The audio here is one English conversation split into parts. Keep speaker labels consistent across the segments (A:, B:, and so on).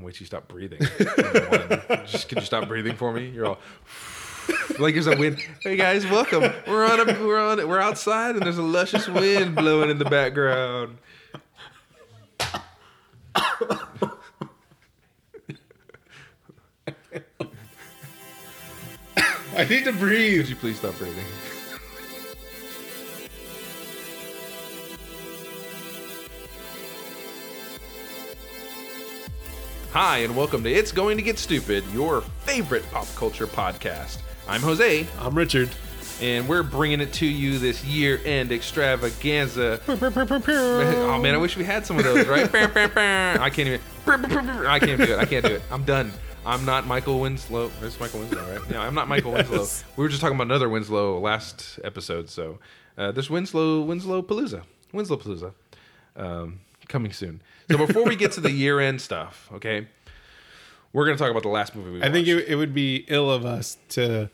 A: wait till you stop breathing. just can you stop breathing for me? You're all like there's a wind. Hey guys, welcome. We're on a we're on we're outside and there's a luscious wind blowing in the background.
B: I need to breathe.
A: Could you please stop breathing? Hi, and welcome to It's Going to Get Stupid, your favorite pop culture podcast. I'm Jose,
B: I'm Richard.
A: and we're bringing it to you this year end extravaganza. Oh man, I wish we had some of those, right? I can't even. I can't do it. I can't do it. I'm done. I'm not Michael Winslow. It's Michael Winslow, right? No, I'm not Michael
B: Yes.
A: Winslow. We were just talking about another Winslow last episode, so uh, there's Winslow, Winslow Palooza, Winslow Palooza, um, coming soon. So before we get to the year end stuff, okay, we're gonna talk about the last movie we
B: I think
A: watched.
B: it, it would be ill of us to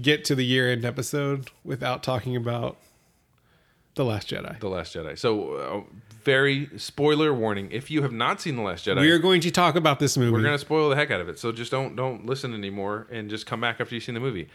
B: get to the year end episode without talking about The Last Jedi.
A: The Last Jedi. So, uh, very spoiler warning: if you have not seen The Last Jedi,
B: We are going to talk about this movie.
A: We're gonna spoil the heck out of it, so just don't don't listen anymore, and just come back after you've seen the movie.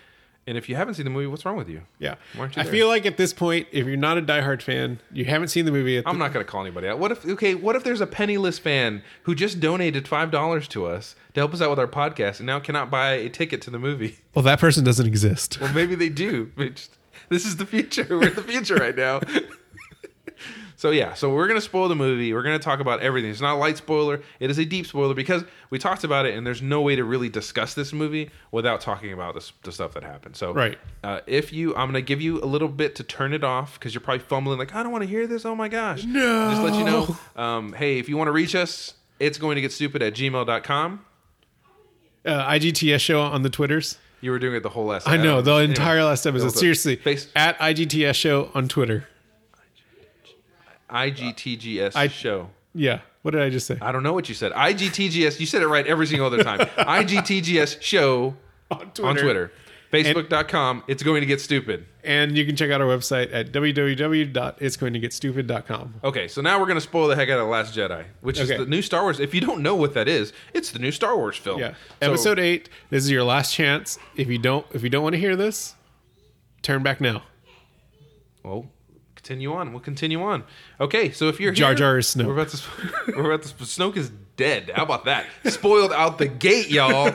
A: And if you haven't seen the movie, what's wrong with you?
B: yeah.
A: Why aren't you
B: I
A: there?
B: feel like at this point, if you're not a diehard fan, you haven't seen the movie. At the,
A: I'm not gonna call anybody out. What if okay? What if there's a penniless fan who just donated five dollars to us to help us out with our podcast, and now cannot buy a ticket to the movie?
B: well, that person doesn't exist. Uh,
A: Well, maybe they do. but just- This is the future. We're in the future right now. so yeah, so we're gonna spoil the movie. We're gonna talk about everything. It's not a light spoiler. It is a deep spoiler because we talked about it, and there's no way to really discuss this movie without talking about this, the stuff that happened. So
B: Right.
A: uh, if you, I'm gonna give you a little bit to turn it off because you're probably fumbling like I don't want to hear this. Oh my gosh.
B: No.
A: Just let you know. Um, hey, if you want to reach us, it's going to get stupid at gmail.com.
B: Uh, IGTS show on the Twitters.
A: You were doing it the whole last.
B: I know, the
A: Anyway,
B: entire last episode.
A: also-
B: Seriously.
A: Face-
B: At IGTS show on Twitter.
A: IGTGS show.
B: Yeah. What did I just say?
A: I don't know what you said. IGTGS. You said it right every single other time. IGTGS show
B: on
A: on Twitter. Facebook.com. It's going to get stupid.
B: And you can check out our website at www.itsgoingtogetstupid.com.
A: Okay, so now we're going to spoil the heck out of Last Jedi, which
B: Okay.
A: is the new Star Wars. If you don't know what that is, it's the new Star Wars film.
B: Yeah.
A: So-
B: Episode 8, this is your last chance. If you don't if you don't want to hear this, turn back now.
A: Well, continue on. We'll continue on. Okay, so if you're
B: Jar
A: here-
B: Jar is Snoke.
A: We're about to. sp- We're about to. sp- Snoke is dead. How about that? Spoiled out the gate, y'all.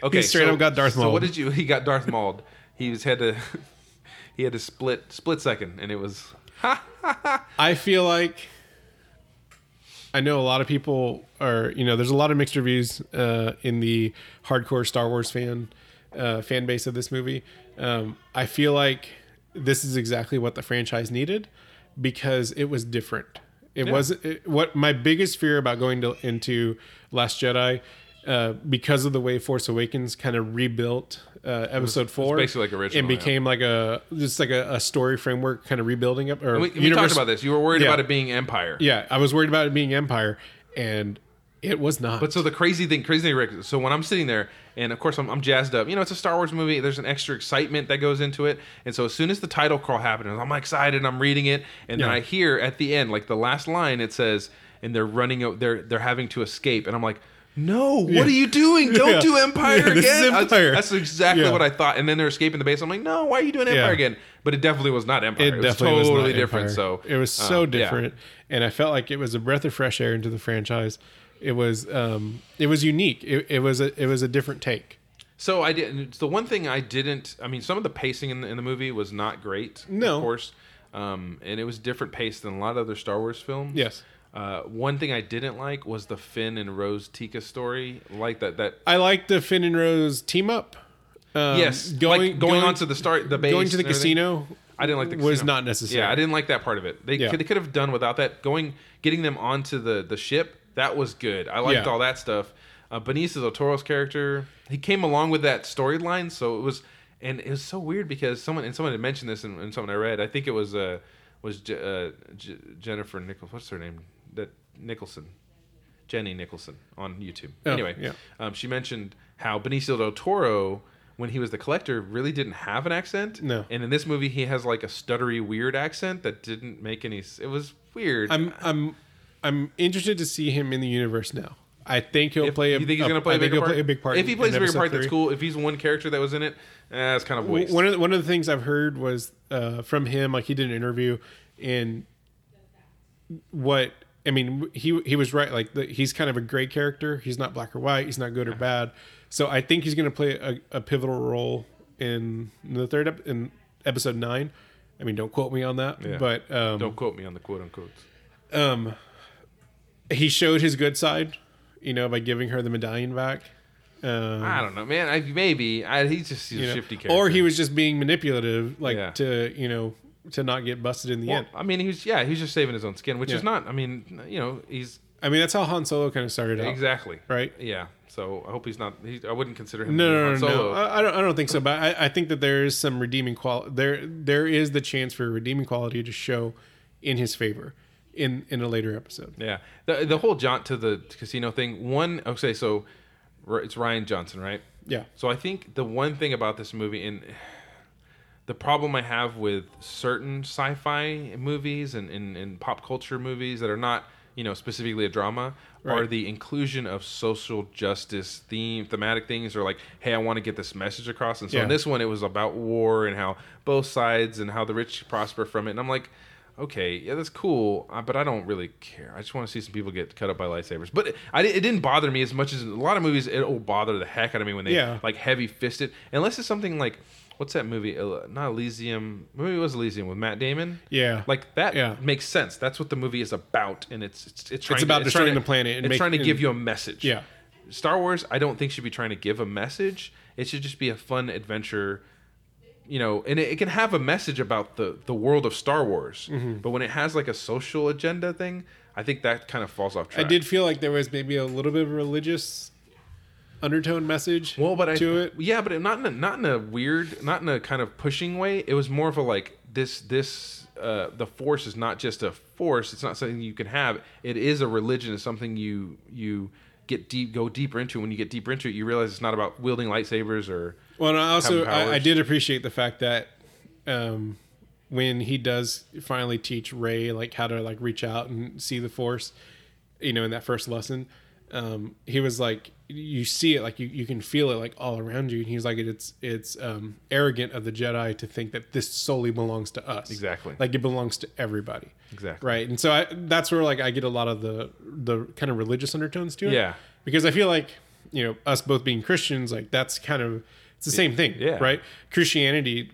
A: Okay,
B: straight
A: so-
B: up got Darth
A: So
B: Mauled.
A: what did you? He got Darth Mauled. He was had to. He had to split split second, and it was.
B: I feel like I know a lot of people are, you know, there's a lot of mixed reviews uh, in the hardcore Star Wars fan uh, fan base of this movie. Um, I feel like this is exactly what the franchise needed because it was different. It was it, what my biggest fear about going to, into Last Jedi. Uh, because of the way Force Awakens kind of rebuilt uh, Episode Four,
A: basically like
B: and
A: original, yeah.
B: became like a just like a, a story framework, kind of rebuilding up. Or
A: We, we
B: universe-
A: talked about this. You were worried
B: Yeah.
A: about it being Empire.
B: yeah, I was worried about it being Empire, and it was not.
A: But so the crazy thing, crazy thing, Rick. So when I'm sitting there, and of course I'm, I'm jazzed up. You know, it's a Star Wars movie. There's an extra excitement that goes into it. And so as soon as the title crawl happens, I'm excited. and I'm reading it, and then
B: Yeah.
A: I hear at the end, like the last line, it says, "And they're running. o- They're they're having to escape." And I'm like. No, what are you doing? Don't
B: Yeah.
A: do Empire
B: Yeah,
A: again.
B: this is
A: That's-
B: Empire.
A: That's, exactly
B: Yeah.
A: what I thought. And then they're escaping the base. I'm like, no, why are you doing Empire again? But it definitely was not Empire. It, was
B: was
A: totally
B: not
A: different.
B: Empire.
A: So
B: it was
A: uh,
B: so
A: yeah.
B: different, and I felt like it was a breath of fresh air into the franchise. It was um, it was unique. It, it was a it was a different take.
A: So I didn't. The one thing I didn't. I mean, some of the pacing in the, in the movie was not great.
B: No.
A: of course, um, and it was different pace than a lot of other Star Wars films.
B: Yes.
A: Uh, one thing I didn't like was the Finn and Rose Tika story. Like that. That
B: I liked the Finn and Rose team up. Um,
A: yes, going like going, on to the start, the base,
B: going to the
A: and everything.
B: casino.
A: I didn't like the
B: was
A: casino.
B: not necessary.
A: Yeah, I didn't like that part of it. They
B: Yeah.
A: could, they could have done without that. Going getting them onto the the ship that was good. I liked
B: Yeah.
A: all that stuff. Uh, Benicio del Toro's character he came along with that storyline, so it was and it was so weird because someone and someone had mentioned this in, in something I read. I think it was uh was Je- uh, J- Jennifer Nichols. What's her name? That Nicholson. Jenny Nicholson on YouTube.
B: Oh,
A: anyway,
B: yeah.
A: um, she mentioned how Benicio del Toro, when he was the collector, really didn't have an accent.
B: No.
A: And in this movie, he has like a stuttery, weird accent that didn't make any. s- It was weird.
B: I'm I'm I'm interested to see him in the universe now. I think he'll
A: If-
B: play. A,
A: you think he's
B: a-
A: gonna play
B: I
A: a
B: think
A: bigger
B: he'll
A: part?
B: play a big part.
A: If he
B: in-
A: plays
B: in
A: a bigger
B: episode
A: part, that's
B: three.
A: cool. If he's one character that was in it, eh, it's kind of a waste.
B: One of the, one of the things I've heard was uh, from him, like he did an interview, and what I mean, he he was right. Like the, he's kind of a gray character. He's not black or white. He's not
A: Uh-huh.
B: good or bad. So I think he's going to play a, a pivotal role in the third ep- in episode nine. I mean, don't quote me on that,
A: Yeah.
B: but um,
A: Don't quote me on the quote unquote.
B: um, he showed his good side, you know, by giving her the medallion back. Um,
A: I don't know, man. I, maybe I, he's just he's
B: you
A: a
B: know,
A: shifty character,
B: or he was just being manipulative, like
A: Yeah.
B: to you know to not get busted in the
A: Well,
B: end.
A: I mean, he was yeah, he was just saving his own skin, which
B: Yeah.
A: is not. I mean, you know, he's
B: I mean, that's how Han Solo kind of started out,
A: exactly
B: right?
A: Yeah. So I hope he's not. He, I wouldn't consider him.
B: No,
A: Han
B: no, no, no.
A: Solo.
B: I, I don't. I don't think so. But I, I think that there is some redeeming quality. There, there is the chance for redeeming quality to show in his favor in in a later episode.
A: Yeah, the the whole jaunt to the casino thing. One, okay, so r- it's Ryan Johnson, right?
B: Yeah.
A: So I think the one thing about this movie and the problem I have with certain sci-fi movies and, and, and pop culture movies that are not, you know, specifically a drama are
B: Right.
A: the inclusion of social justice theme thematic things or like, hey, I want to get this message across. And so in
B: Yeah.
A: this one it was about war and how both sides and how the rich prosper from it. And I'm like, okay, yeah, that's cool, uh, but I don't really care. I just want to see some people get cut up by lightsabers. But it, I, di- it didn't bother me as much as a lot of movies. It'll bother the heck out of me when they
B: Yeah.
A: like heavy fisted. Unless it's something like what's that movie? El- Not Elysium. Maybe it was Elysium with Matt Damon.
B: Yeah.
A: Like that
B: Yeah.
A: makes sense. That's what the movie is about, and it's it's, it's trying
B: about
A: to,
B: destroying
A: trying to-
B: the planet and
A: it's
B: make-
A: trying to
B: and-
A: give you a message.
B: Yeah.
A: Star Wars, I don't think should be trying to give a message. It should just be a fun adventure, you know. And it, it can have a message about the the world of Star Wars,
B: Mm-hmm.
A: but when it has like a social agenda thing, I think that kind of falls off
B: I
A: track.
B: did feel like there was maybe a little bit of a religious undertone message.
A: well, but I
B: to it.
A: yeah, but it, not in a, not in a weird, not in a kind of pushing way. It was more of a like this this uh, the force is not just a force. It's not something you can have. It is a religion. It's something you you get deep go deeper into. When you get deeper into it, you realize it's not about wielding lightsabers or
B: Well, and I
A: Having
B: also
A: powers.
B: I, I did appreciate the fact that um, when he does finally teach Ray like how to like reach out and see the Force, you know, in that first lesson, um, he was like, you see it, like you, you can feel it, like all around you. And he's like, it's it's um, arrogant of the Jedi to think that this solely belongs to us,
A: Exactly.
B: like it belongs to everybody,
A: exactly.
B: right? And so I, that's where like I get a lot of the the kind of religious undertones to it,
A: Yeah.
B: because I feel like you know us both being Christians, like that's kind of it's the same thing,
A: Yeah.
B: right? Christianity,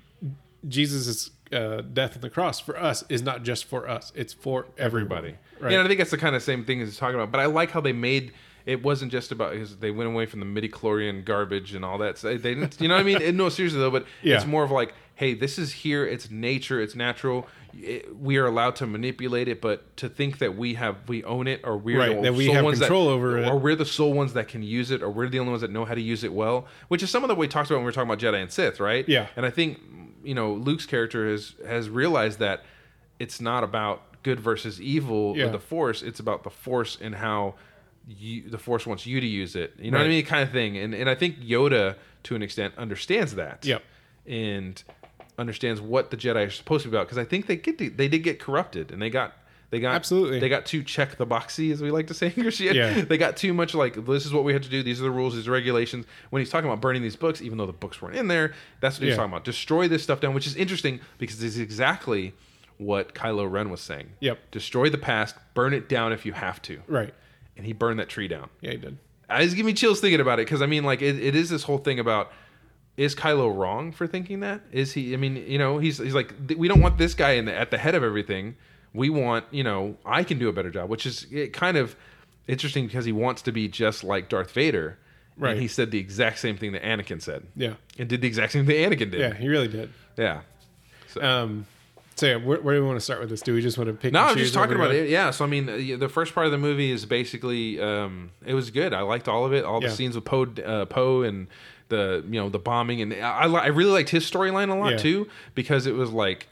B: Jesus' uh, death on the cross for us is not just for us; it's for everybody,
A: everybody.
B: right?
A: And I think that's the kind of same thing as he's talking about. But I like how they made it wasn't just about because they went away from the midi chlorian garbage and all that. So they didn't, you know what I mean? And no, seriously though, but
B: Yeah.
A: it's more of like, hey, this is here. It's nature. It's natural. It, we are allowed to manipulate it, but to think that we have we own it or we're
B: Right,
A: the
B: that we
A: sole
B: have
A: ones
B: control
A: that,
B: over it.
A: or we're the sole ones that can use it, or we're the only ones that know how to use it well. Which is some of the we talked about when we were talking about Jedi and Sith, right?
B: Yeah.
A: And I think you know Luke's character has has realized that it's not about good versus evil
B: Yeah.
A: with the force. It's about the force and how you, the force wants you to use it. You know what I
B: Right.
A: mean, kind of thing. And and I think Yoda, to an extent, understands that.
B: Yep.
A: And understands what the Jedi are supposed to be about because I think they get to, they did get corrupted and they got they got
B: Absolutely.
A: they got too check the boxy as we like to say in Christianity.
B: Yeah.
A: They got too much like this is what we had to do. These are the rules. These are regulations. When he's talking about burning these books, even though the books weren't in there, that's what he's
B: Yeah.
A: talking about. Destroy this stuff down, which is interesting because this is exactly what Kylo Ren was saying.
B: Yep.
A: Destroy the past, burn it down if you have to.
B: Right?
A: And he burned that tree down.
B: Yeah, he did.
A: I just give Uh, me chills thinking about it because I mean, like, it, it is this whole thing about is Kylo wrong for thinking that? Is he? I mean, you know, he's he's like, "Th- we don't want this guy in the, at the head of everything. We want, you know, I can do a better job, which is it kind of interesting because he wants to be just like Darth Vader.
B: Right.
A: And he said the exact same thing that Anakin said.
B: Yeah,
A: And did the exact same thing Anakin did.
B: yeah, he really did.
A: Yeah.
B: Um, so yeah, where, where do we want to start with this? Do we just want to pick?
A: No,
B: and
A: I'm
B: choose
A: just talking
B: over-
A: about it. Yeah. So I mean, uh, yeah, the first part of the movie is basically um, it was good. I liked all of it. All
B: Yeah.
A: the scenes with Poe, uh, Poe, and the you know the bombing, and I I, li- I really liked his storyline a lot
B: Yeah.
A: too because it was like.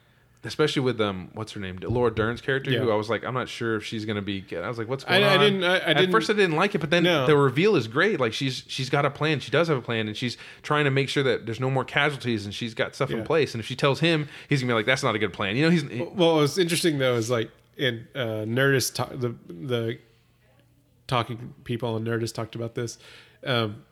A: Especially with um, what's her name, Laura Dern's character, who
B: Yeah.
A: I was like, I'm not sure if she's gonna be. good. I was like, what's going
B: I
A: on?
B: didn't- I- I
A: At
B: didn't-
A: first, I didn't like it, but then
B: No.
A: the reveal is great. Like she's she's got a plan. She does have a plan, and she's trying to make sure that there's no more casualties, and she's got stuff
B: Yeah.
A: in place. And if she tells him, he's gonna be like, that's not a good plan. You know, he's
B: Well, what's interesting though is like in uh, Nerdist, ta- the the talking people on Nerdist talked about this. Um,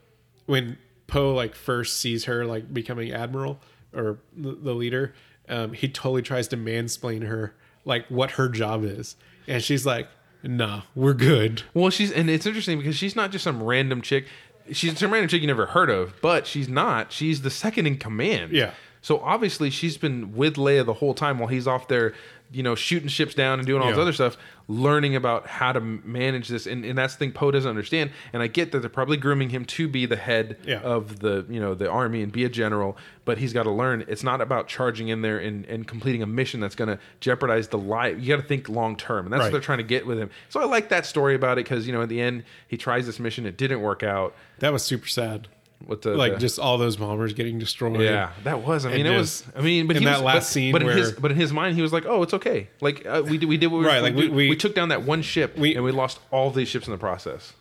B: when Poe like first sees her like becoming admiral or the, the leader, um, he totally tries to mansplain her like what her job is, and she's like, "Nah, we're good."
A: Well, she's and it's interesting because she's not just some random chick. She's some random chick you never heard of, but she's not. She's the second in command.
B: Yeah.
A: So obviously she's been with Leia the whole time while he's off there, you know, shooting ships down and doing all this
B: Yeah.
A: other stuff, learning about how to manage this. And, and that's the thing Poe doesn't understand. And I get that they're probably grooming him to be the head
B: Yeah.
A: of the, you know, the army and be a general, but he's got to learn it's not about charging in there and, and completing a mission that's going to jeopardize the life. You got to think long term. And that's what
B: Right.
A: they're trying to get with him. So I like that story about it because, you know, at the end, he tries this mission. It didn't work out.
B: That was super sad.
A: With the,
B: Like
A: the-
B: just all those bombers getting destroyed.
A: yeah, that was. I mean,
B: And
A: it
B: just-
A: was. I mean, but
B: in
A: he
B: that
A: was,
B: last
A: but,
B: scene
A: but in his,
B: where-
A: but in his mind, he was like, "Oh, it's okay. Like uh, we did, we did what we
B: Right, like,
A: we,
B: we-
A: do-
B: we-
A: we took down that one ship,
B: We-
A: and we lost all these ships in the process."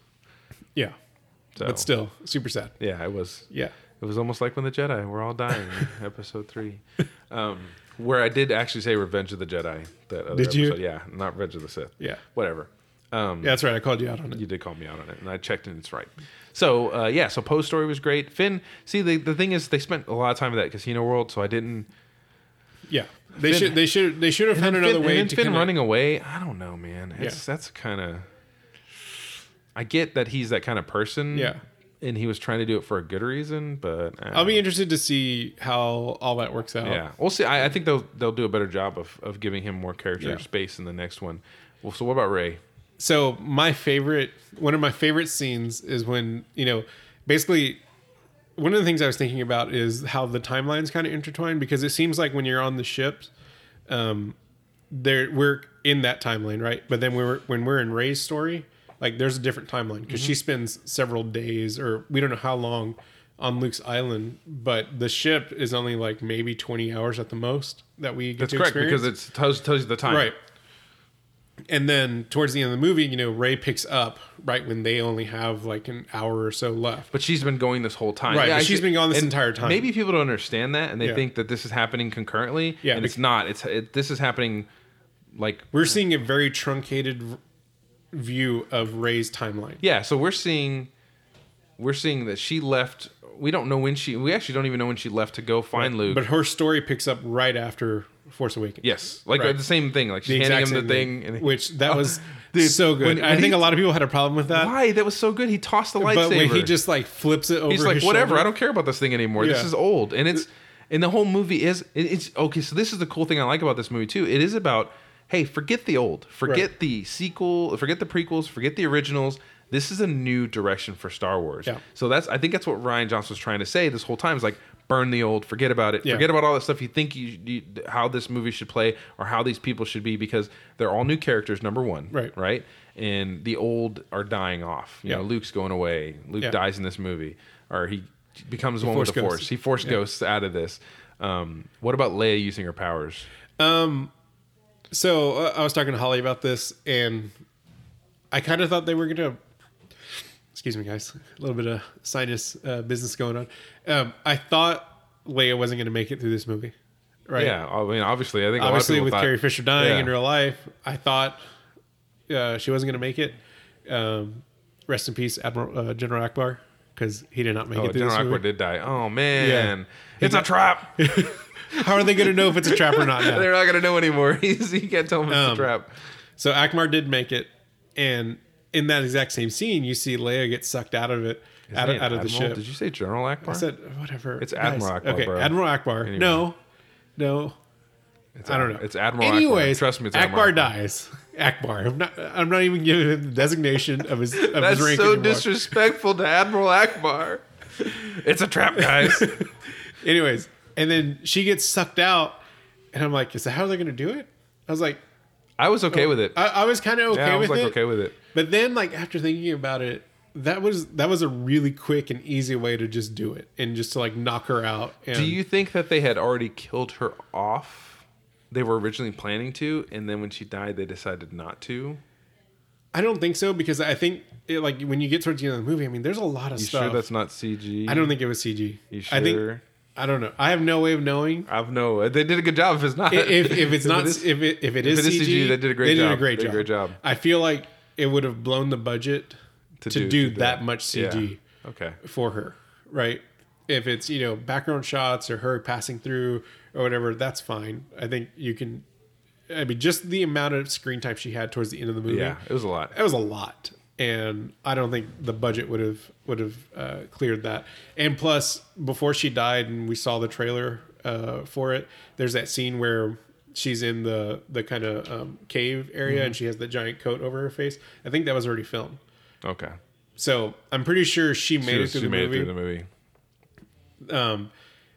B: yeah.
A: So,
B: But still, super sad.
A: yeah, it was.
B: Yeah.
A: It was almost like when the Jedi were all dying, in episode three, um, where I did actually say "Revenge of the Jedi." That other
B: Did you?
A: episode. Yeah, not "Revenge of the Sith."
B: Yeah.
A: whatever. Um,
B: Yeah, that's right. I called you out on it.
A: you did call me out on it, and I checked, and it's right. So uh, yeah, so Poe's story was great. Finn, see, the the thing is, they spent a lot of time in that casino world, so I didn't.
B: Yeah, they
A: Finn-
B: should they should they should have found
A: Finn-
B: another
A: and
B: way
A: then
B: to
A: Finn
B: kinda-
A: running away. I don't know, man. It's, That's kind of. I get that he's that kind of person.
B: Yeah.
A: And he was trying to do it for a good reason, but I
B: I'll
A: mean,
B: be interested to see how all that works out.
A: yeah, we'll see. I, I think they'll they'll do a better job of, of giving him more character
B: Yeah.
A: space in the next one. Well, so what about Ray?
B: So my favorite, one of my favorite scenes is when you know, basically, one of the things I was thinking about is how the timelines kind of intertwine because it seems like when you're on the ships, um, there we're in that timeline, right? But then we're when we're in Ray's story, like there's a different timeline because she
A: Mm-hmm.
B: spends several days or we don't know how long on Luke's island, but the ship is only like maybe 20 hours at the most that we get
A: That's
B: to
A: correct
B: experience.
A: because it tells tells you the time.
B: Right. And then towards the end of the movie, you know, Ray picks up right when they only have like an hour or so left.
A: But she's been going this whole time.
B: Right, but
A: I
B: she's
A: see-
B: been gone this
A: and
B: entire time.
A: Maybe people don't understand that, and they
B: Yeah.
A: think that this is happening concurrently.
B: Yeah,
A: and it's
B: bec-
A: not. It's it, this is happening, like
B: We're seeing a very truncated v- view of Ray's timeline.
A: Yeah, so we're seeing we're seeing that she left we don't know when she we actually don't even know when she left to go find Luke.
B: But her story picks up right after Force Awakens.
A: yes. Like
B: Right.
A: the same thing. Like
B: The
A: she's handing
B: exact
A: him the
B: same
A: thing, and Oh,
B: which that was
A: dude,
B: so good.
A: when-
B: I
A: when
B: think
A: he-
B: a lot of people had a problem with that.
A: why? That was so good. He tossed the lightsaber.
B: But when he just like flips it over,
A: He's like,
B: his
A: whatever.
B: shoulder-
A: I don't care about this thing anymore. This
B: Yeah.
A: is old, and it's and the whole movie is it- it's okay. So this is the cool thing I like about this movie too. It is about hey, forget the old, forget
B: Right.
A: the sequel, forget the prequels, forget the originals. This is a new direction for Star Wars.
B: Yeah.
A: So that's I think that's what Ryan Johnson was trying to say this whole time is like burn the old, forget about it,
B: Yeah.
A: forget about all that stuff you think you, you how this movie should play or how these people should be because they're all new characters. Number one,
B: Right.
A: right, and the old are dying off. You
B: Yeah.
A: know, Luke's going away. Luke
B: Yeah.
A: dies in this movie, or he becomes one with the
B: force ghosts.
A: force. He forced ghosts out of this. Um, what about Leia using her powers?
B: So uh, I was talking to Holly about this, and I kind of thought they were gonna. Excuse me, guys. A little bit of sinus uh, business going on. Um, I thought Leia wasn't gonna make it through this movie, right?
A: Yeah, I mean, obviously, I think
B: Obviously,
A: a lot of people
B: with
A: thought-
B: Carrie Fisher dying
A: Yeah.
B: in real life, I thought uh, she wasn't gonna make it. Um, rest in peace, Admiral uh, General Akbar, because he did not make
A: Oh,
B: it through
A: General
B: this
A: Ackbar
B: movie.
A: did die. Oh man,
B: Yeah.
A: it's a trap. They're
B: How are they gonna know if it's a trap or not? Now?
A: not gonna know anymore. He's, he can't tell them it's a
B: Um,
A: trap.
B: So Akmar did make it, and in that exact same scene, you see Leia get sucked out of it, out, of-
A: Man,
B: out of the
A: Admiral,
B: ship.
A: Did you say General Akbar?
B: I said whatever.
A: It's Admiral Akbar,
B: Okay,
A: bro.
B: Admiral Akbar. No, no.
A: it's
B: I don't
A: Ad-
B: know.
A: It's Admiral. Ackbar.
B: Anyways,
A: trust me, it's
B: Akbar
A: Admiral.
B: dies. Akbar. I'm not. I'm not even giving him the designation of his of
A: That's
B: his rank
A: so
B: anymore.
A: disrespectful to Admiral Akbar. it's a trap, guys.
B: Anyways, and then she gets sucked out, and I'm like, is that how they're gonna do it? I was like,
A: I was okay with it.
B: I, I was kind of okay
A: yeah, I was
B: with
A: like
B: it.
A: okay with it.
B: But then, like after thinking about it, that was that was a really quick and easy way to just do it and just to like knock her out. And
A: Do you think that they had already killed her off? They were originally planning to, and then when she died, they decided not to.
B: I don't think so because I think it, like when you get towards the end of the movie, I mean, there's a lot of
A: You
B: stuff.
A: sure that's not CG?
B: I don't think it was CG.
A: You
B: I think
A: sure?
B: I don't know. I have no way of knowing
A: I've no. They did a good job. If it's not,
B: if if it's
A: it
B: not
A: is-
B: if it if it is,
A: it is
B: CG,
A: CG, they did a great job. They did a great job.
B: I feel like it would have blown the budget to,
A: to
B: do, that, much CG
A: Okay.
B: for her, right? If it's you know background shots or her passing through or whatever, that's fine. I think you can. I mean, just the amount of screen time she had towards the end of the movie,
A: Yeah, it was a lot.
B: it was a lot, and I don't think the budget would have would have uh, cleared that. And plus, before she died, and we saw the trailer uh, for it, there's that scene where she's in the the kind of um, cave area
A: Mm-hmm.
B: and she has the giant coat over her face. I think that was already filmed.
A: Okay.
B: So I'm pretty sure she made,
A: She
B: it,
A: was-
B: through
A: she
B: the
A: made it
B: movie.
A: through the movie.
B: Um,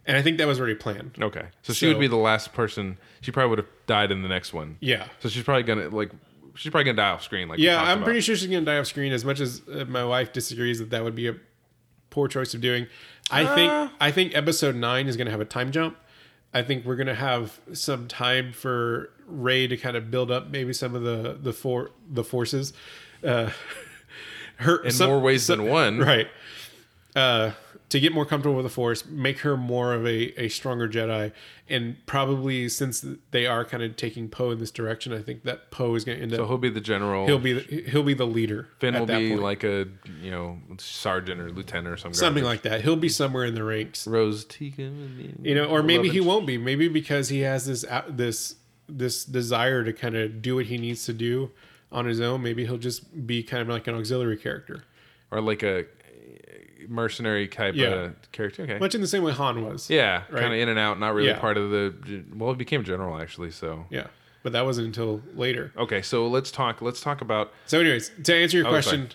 B: and I think that was already planned.
A: Okay. So she
B: So-
A: would be the last person. She probably would have died in the next one.
B: Yeah.
A: So she's probably gonna like. She's probably gonna die off screen. Like we
B: Yeah,
A: talked
B: I'm
A: about.
B: pretty sure she's going to die off screen as much as uh, my wife disagrees that that would be a poor choice of doing. I
A: Uh.
B: think I think episode 9 is going to have a time jump. I think we're going to have some time for Ray to kind of build up maybe some of the the for the forces uh her
A: in more ways than one.
B: right uh to get more comfortable with the force make her more of a, a stronger jedi and probably since they are kind of taking poe in this direction i think that poe is going to end
A: So
B: up
A: he'll be the general.
B: he'll be the, he'll be the leader
A: Finn
B: at
A: will
B: that
A: be
B: point.
A: like a you know sergeant or lieutenant or some
B: something
A: garbage.
B: like that he'll be somewhere in the ranks
A: Rose Tegan.
B: you know or maybe he won't be maybe because he has this out- this this desire to kind of do what he needs to do on his own maybe he'll just be kind of like an auxiliary character
A: or like a mercenary type
B: Yeah.
A: of character. Okay.
B: much in the same way han was
A: yeah,
B: Right.
A: kind of in and out, not really
B: Yeah.
A: part of the. Well, it became general actually. So
B: yeah but that wasn't until later
A: okay, so let's talk. Let's talk about.
B: So, anyways, to answer your
A: Oh, sorry.
B: question,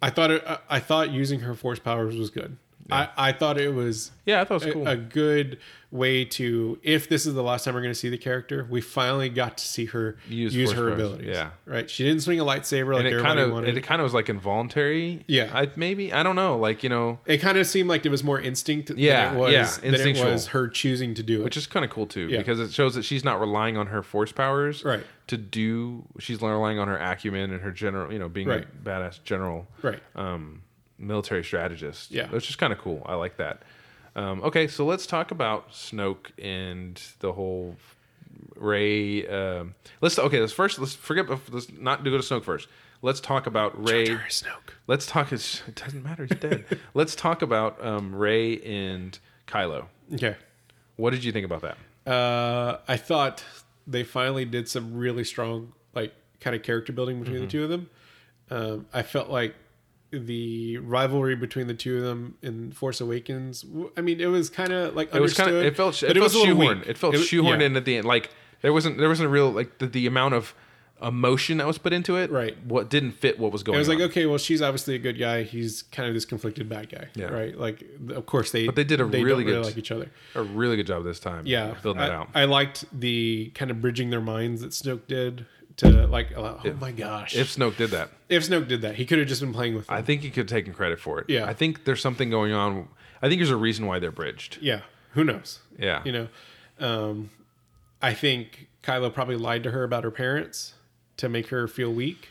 B: I thought it, I- I thought using her force powers was good. I, I thought it was
A: Yeah, I thought it
B: a,
A: was cool.
B: a good way to. If this is the last time we're going to see the character, we finally got to see her
A: Use
B: use,
A: force
B: her
A: powers,
B: abilities.
A: yeah.
B: right. She didn't swing a lightsaber like
A: and it
B: everybody
A: kind of
B: wanted.
A: it
B: It,
A: kind of was like involuntary.
B: Yeah.
A: I, maybe I don't know. Like you know,
B: kind of seemed like it was more instinct.
A: Yeah,
B: than it was,
A: yeah,
B: than it
A: instinctual.
B: was her choosing to do it.
A: which is kind of cool too
B: Yeah.
A: because it shows that she's not relying on her force powers
B: Right.
A: to do she's relying on her acumen and her general you know being a
B: Right.
A: badass general
B: right.
A: um, military strategist
B: Yeah.
A: which is kind of cool i like that um, okay so let's talk about snoke and the whole ray um, let's okay let's first let's forget let's not go to snoke first let's talk about ray
B: Jar Jar Snoke.
A: let's talk it doesn't matter he's dead let's talk about um, ray and kylo
B: Okay.
A: what did you think about that
B: uh, I thought they finally did some really strong, like, kind of character building between
A: Mm-hmm.
B: the two of them. Um, I felt like the rivalry between the two of them in Force Awakens. w- I mean, it was kind of like
A: it was
B: understood,
A: kind of it felt it,
B: but
A: felt
B: was a little
A: shoehorned.
B: weak.
A: It felt
B: was-
A: shoehorned
B: yeah.
A: in at the end. Like there wasn't there wasn't a real like the, the amount of emotion that was put into it.
B: Right.
A: What didn't fit what was going.
B: It was like
A: on.
B: okay, well, she's obviously a good guy. He's kind of this conflicted bad guy,
A: Yeah.
B: right? Like, th- of course they but
A: they did a really good-
B: like each other.
A: a really good job this time.
B: Yeah,
A: Building that
B: I,
A: out.
B: I liked the kind of bridging their minds that Snoke did to like, oh my gosh,
A: if Snoke did that,
B: If Snoke did that, he could have just been playing with them.
A: I think he could have taken credit for it.
B: Yeah.
A: I think there's something going on. I think there's a reason why they're bridged.
B: yeah, who knows?
A: Yeah.
B: You know, um, I think Kylo probably lied to her about her parents to make her feel weak,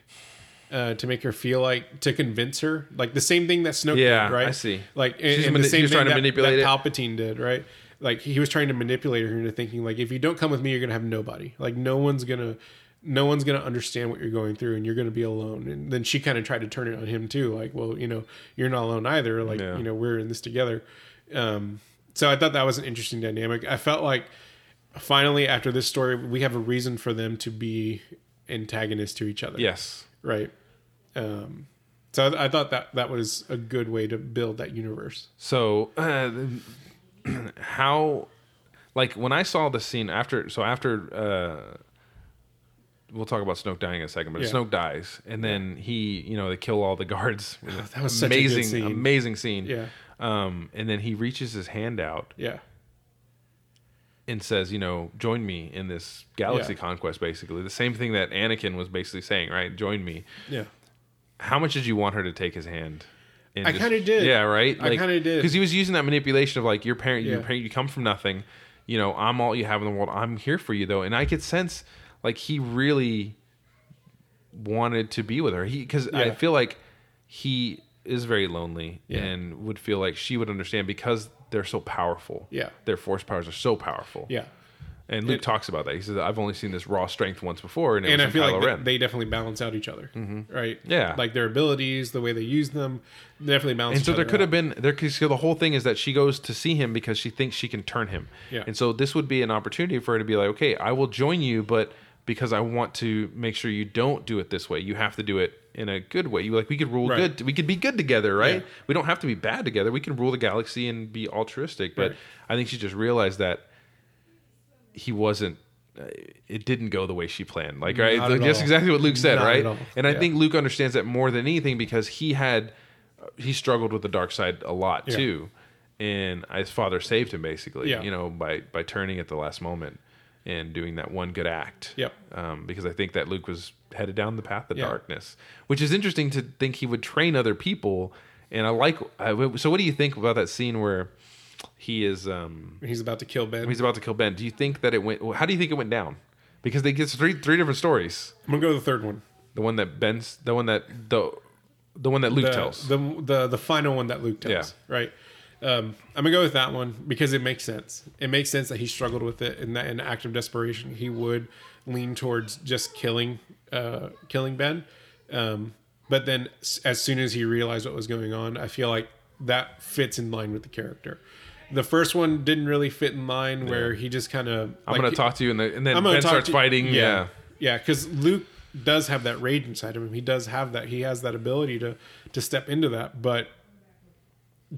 B: uh, to make her feel like to convince her, like the same thing that Snoke
A: Yeah,
B: did, right?
A: I see.
B: Like and,
A: She's
B: and
A: mani-
B: the
A: she
B: same
A: was
B: thing
A: trying to
B: that,
A: manipulate
B: that
A: it.
B: Palpatine did, right? Like he was trying to manipulate her into thinking like if you don't come with me, you're gonna have nobody. Like no one's gonna. No one's gonna understand what you're going through, and you're gonna be alone. And then she kind of tried to turn it on him too, like, well, you know, you're not alone either. Like,
A: Yeah.
B: you know, we're in this together. Um, so I thought that was an interesting dynamic. I felt like finally after this story, we have a reason for them to be antagonists to each other.
A: Yes.
B: Right. Um, so I, I thought that that was a good way to build that universe.
A: So, uh, how, like, when I saw the scene after, so after, uh, we'll talk about Snoke dying in a second, but
B: Yeah.
A: Snoke dies, and then he, you know, they kill all the guards.
B: that was such a good
A: amazing,
B: scene.
A: amazing scene.
B: Yeah.
A: Um, and then he reaches his hand out
B: Yeah.
A: and says, you know, join me in this galaxy
B: Yeah.
A: conquest, basically. The same thing that Anakin was basically saying, right? Join me.
B: Yeah.
A: how much did you want her to take his hand? And
B: I
A: just-
B: kinda did.
A: Yeah, right.
B: I kinda did.
A: because he was using that manipulation of like your parent, your
B: Yeah.
A: parent, you come from nothing. You know, I'm all you have in the world. I'm here for you though, and I could sense like he really wanted to be with her. He because I
B: Yeah.
A: feel like he is very lonely
B: Yeah.
A: and would feel like she would understand because they're so powerful.
B: Yeah.
A: their force powers are so powerful.
B: Yeah.
A: And Luke talks about that. He says, "I've only seen this raw strength once before, and, it
B: and
A: was
B: I
A: in
B: feel
A: Kylo
B: like
A: Ren." Mm-hmm.
B: they, they definitely balance out each other, right?
A: Yeah.
B: like their abilities, the way they use them, they definitely balance.
A: and so
B: each
A: there
B: other
A: could
B: out.
A: have been there. Cause the whole thing is that she goes to see him because she thinks she can turn him.
B: Yeah.
A: And so this would be an opportunity for her to be like, "Okay, I will join you, but because I want to make sure you don't do it this way, you have to do it in a good way. You like we could rule
B: Right.
A: good. We could be good together, right?
B: Yeah.
A: We don't have to be bad together. We can rule the galaxy and be altruistic." But
B: Right.
A: I think she just realized that he wasn't. uh, It didn't go the way she planned. Like, right?
B: Not at
A: That's
B: all.
A: exactly what Luke said,
B: Not at
A: right?
B: all.
A: And I
B: Yeah.
A: think Luke understands that more than anything because he had he struggled with the dark side a lot too, and his father saved him basically.
B: Yeah.
A: You know, by by turning at the last moment and doing that one good act.
B: Yep.
A: Um, because I think that Luke was headed down the path of
B: Yeah.
A: darkness, which is interesting to think he would train other people. And I like. I, so, what do you think about that scene where he is? Um,
B: He's about to kill Ben.
A: he's about to kill Ben. Do you think that it went? How do you think it went down? Because they get three three different stories.
B: I'm gonna go to the third one.
A: The one that Ben's, the one that the the one that Luke
B: the,
A: tells.
B: The, the the final one that Luke tells. Right. Um, I'm gonna go with that one because it makes sense. It makes sense that he struggled with it, and that in an act of desperation, he would lean towards just killing, uh, killing Ben. Um, but then, s- as soon as he realized what was going on, I feel like that fits in line with the character. The first one didn't really fit in line, where he just kind of
A: I'm gonna talk to you, and, the, and then
B: gonna
A: Ben
B: talk
A: starts
B: to-
A: fighting. Yeah.
B: yeah, because Luke does have that rage inside of him. He does have that. He has that ability to to step into that, but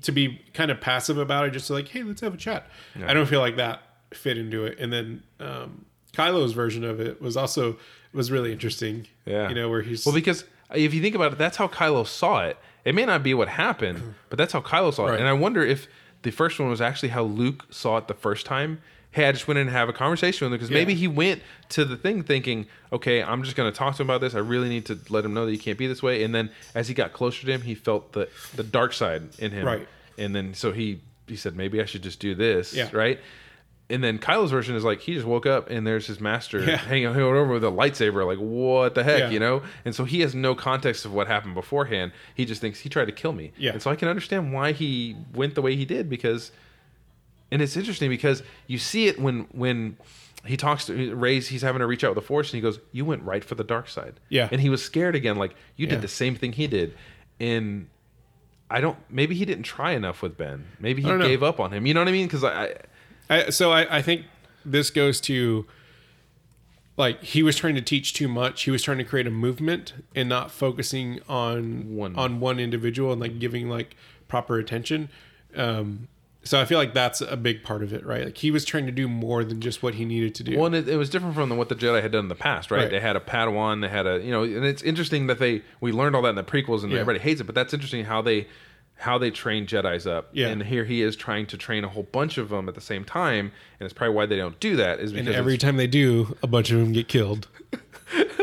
B: to be kind of passive about it, just like, hey, let's have a chat. I don't feel like that fit into it. And then um, Kylo's version of it was also was really interesting.
A: Yeah.
B: you know where he's
A: Well, because if you think about it, that's how Kylo saw it. It may not be what happened, but that's how Kylo saw it.
B: Right.
A: And I wonder if the first one was actually how Luke saw it the first time. Hey, I just went in and have a conversation with him because maybe he went to the thing thinking, okay, I'm just going to talk to him about this. I really need to let him know that you can't be this way. And then as he got closer to him, he felt the the dark side in him.
B: Right.
A: And then so he he said, maybe I should just do this.
B: Yeah.
A: Right. And then Kylo's version is like he just woke up and there's his master
B: Yeah.
A: hanging hanging over with a lightsaber. Like what the heck,
B: Yeah.
A: you know? And so he has no context of what happened beforehand. He just thinks he tried to kill me.
B: Yeah.
A: And so I can understand why he went the way he did because, and it's interesting because you see it when when he talks to Ray's, he's having to reach out with the Force, and he goes, "You went right for the dark side."
B: Yeah.
A: And he was scared again, like you
B: Yeah.
A: did the same thing he did, and. I don't. Maybe he didn't try enough with Ben. Maybe he
B: don't know.
A: gave up on him. You know what I mean? Because I, I
B: I, so I, I think this goes to like he was trying to teach too much. He was trying to create a movement and not focusing on
A: One.
B: on one individual and like giving like proper attention. Um, so I feel like that's a big part of it, right? Like he was trying to do more than just what he needed to do.
A: Well, and it, it was different from the, what the Jedi had done in the past, right?
B: Right.
A: They had a Padawan, they had a you know, and it's interesting that they we learned all that in the prequels, and
B: Yeah.
A: everybody hates it, but that's interesting how they how they train Jedi's up.
B: Yeah.
A: And here he is trying to train a whole bunch of them at the same time, and it's probably why they don't do that is
B: and
A: because
B: every
A: it's
B: time they do, a bunch of them get killed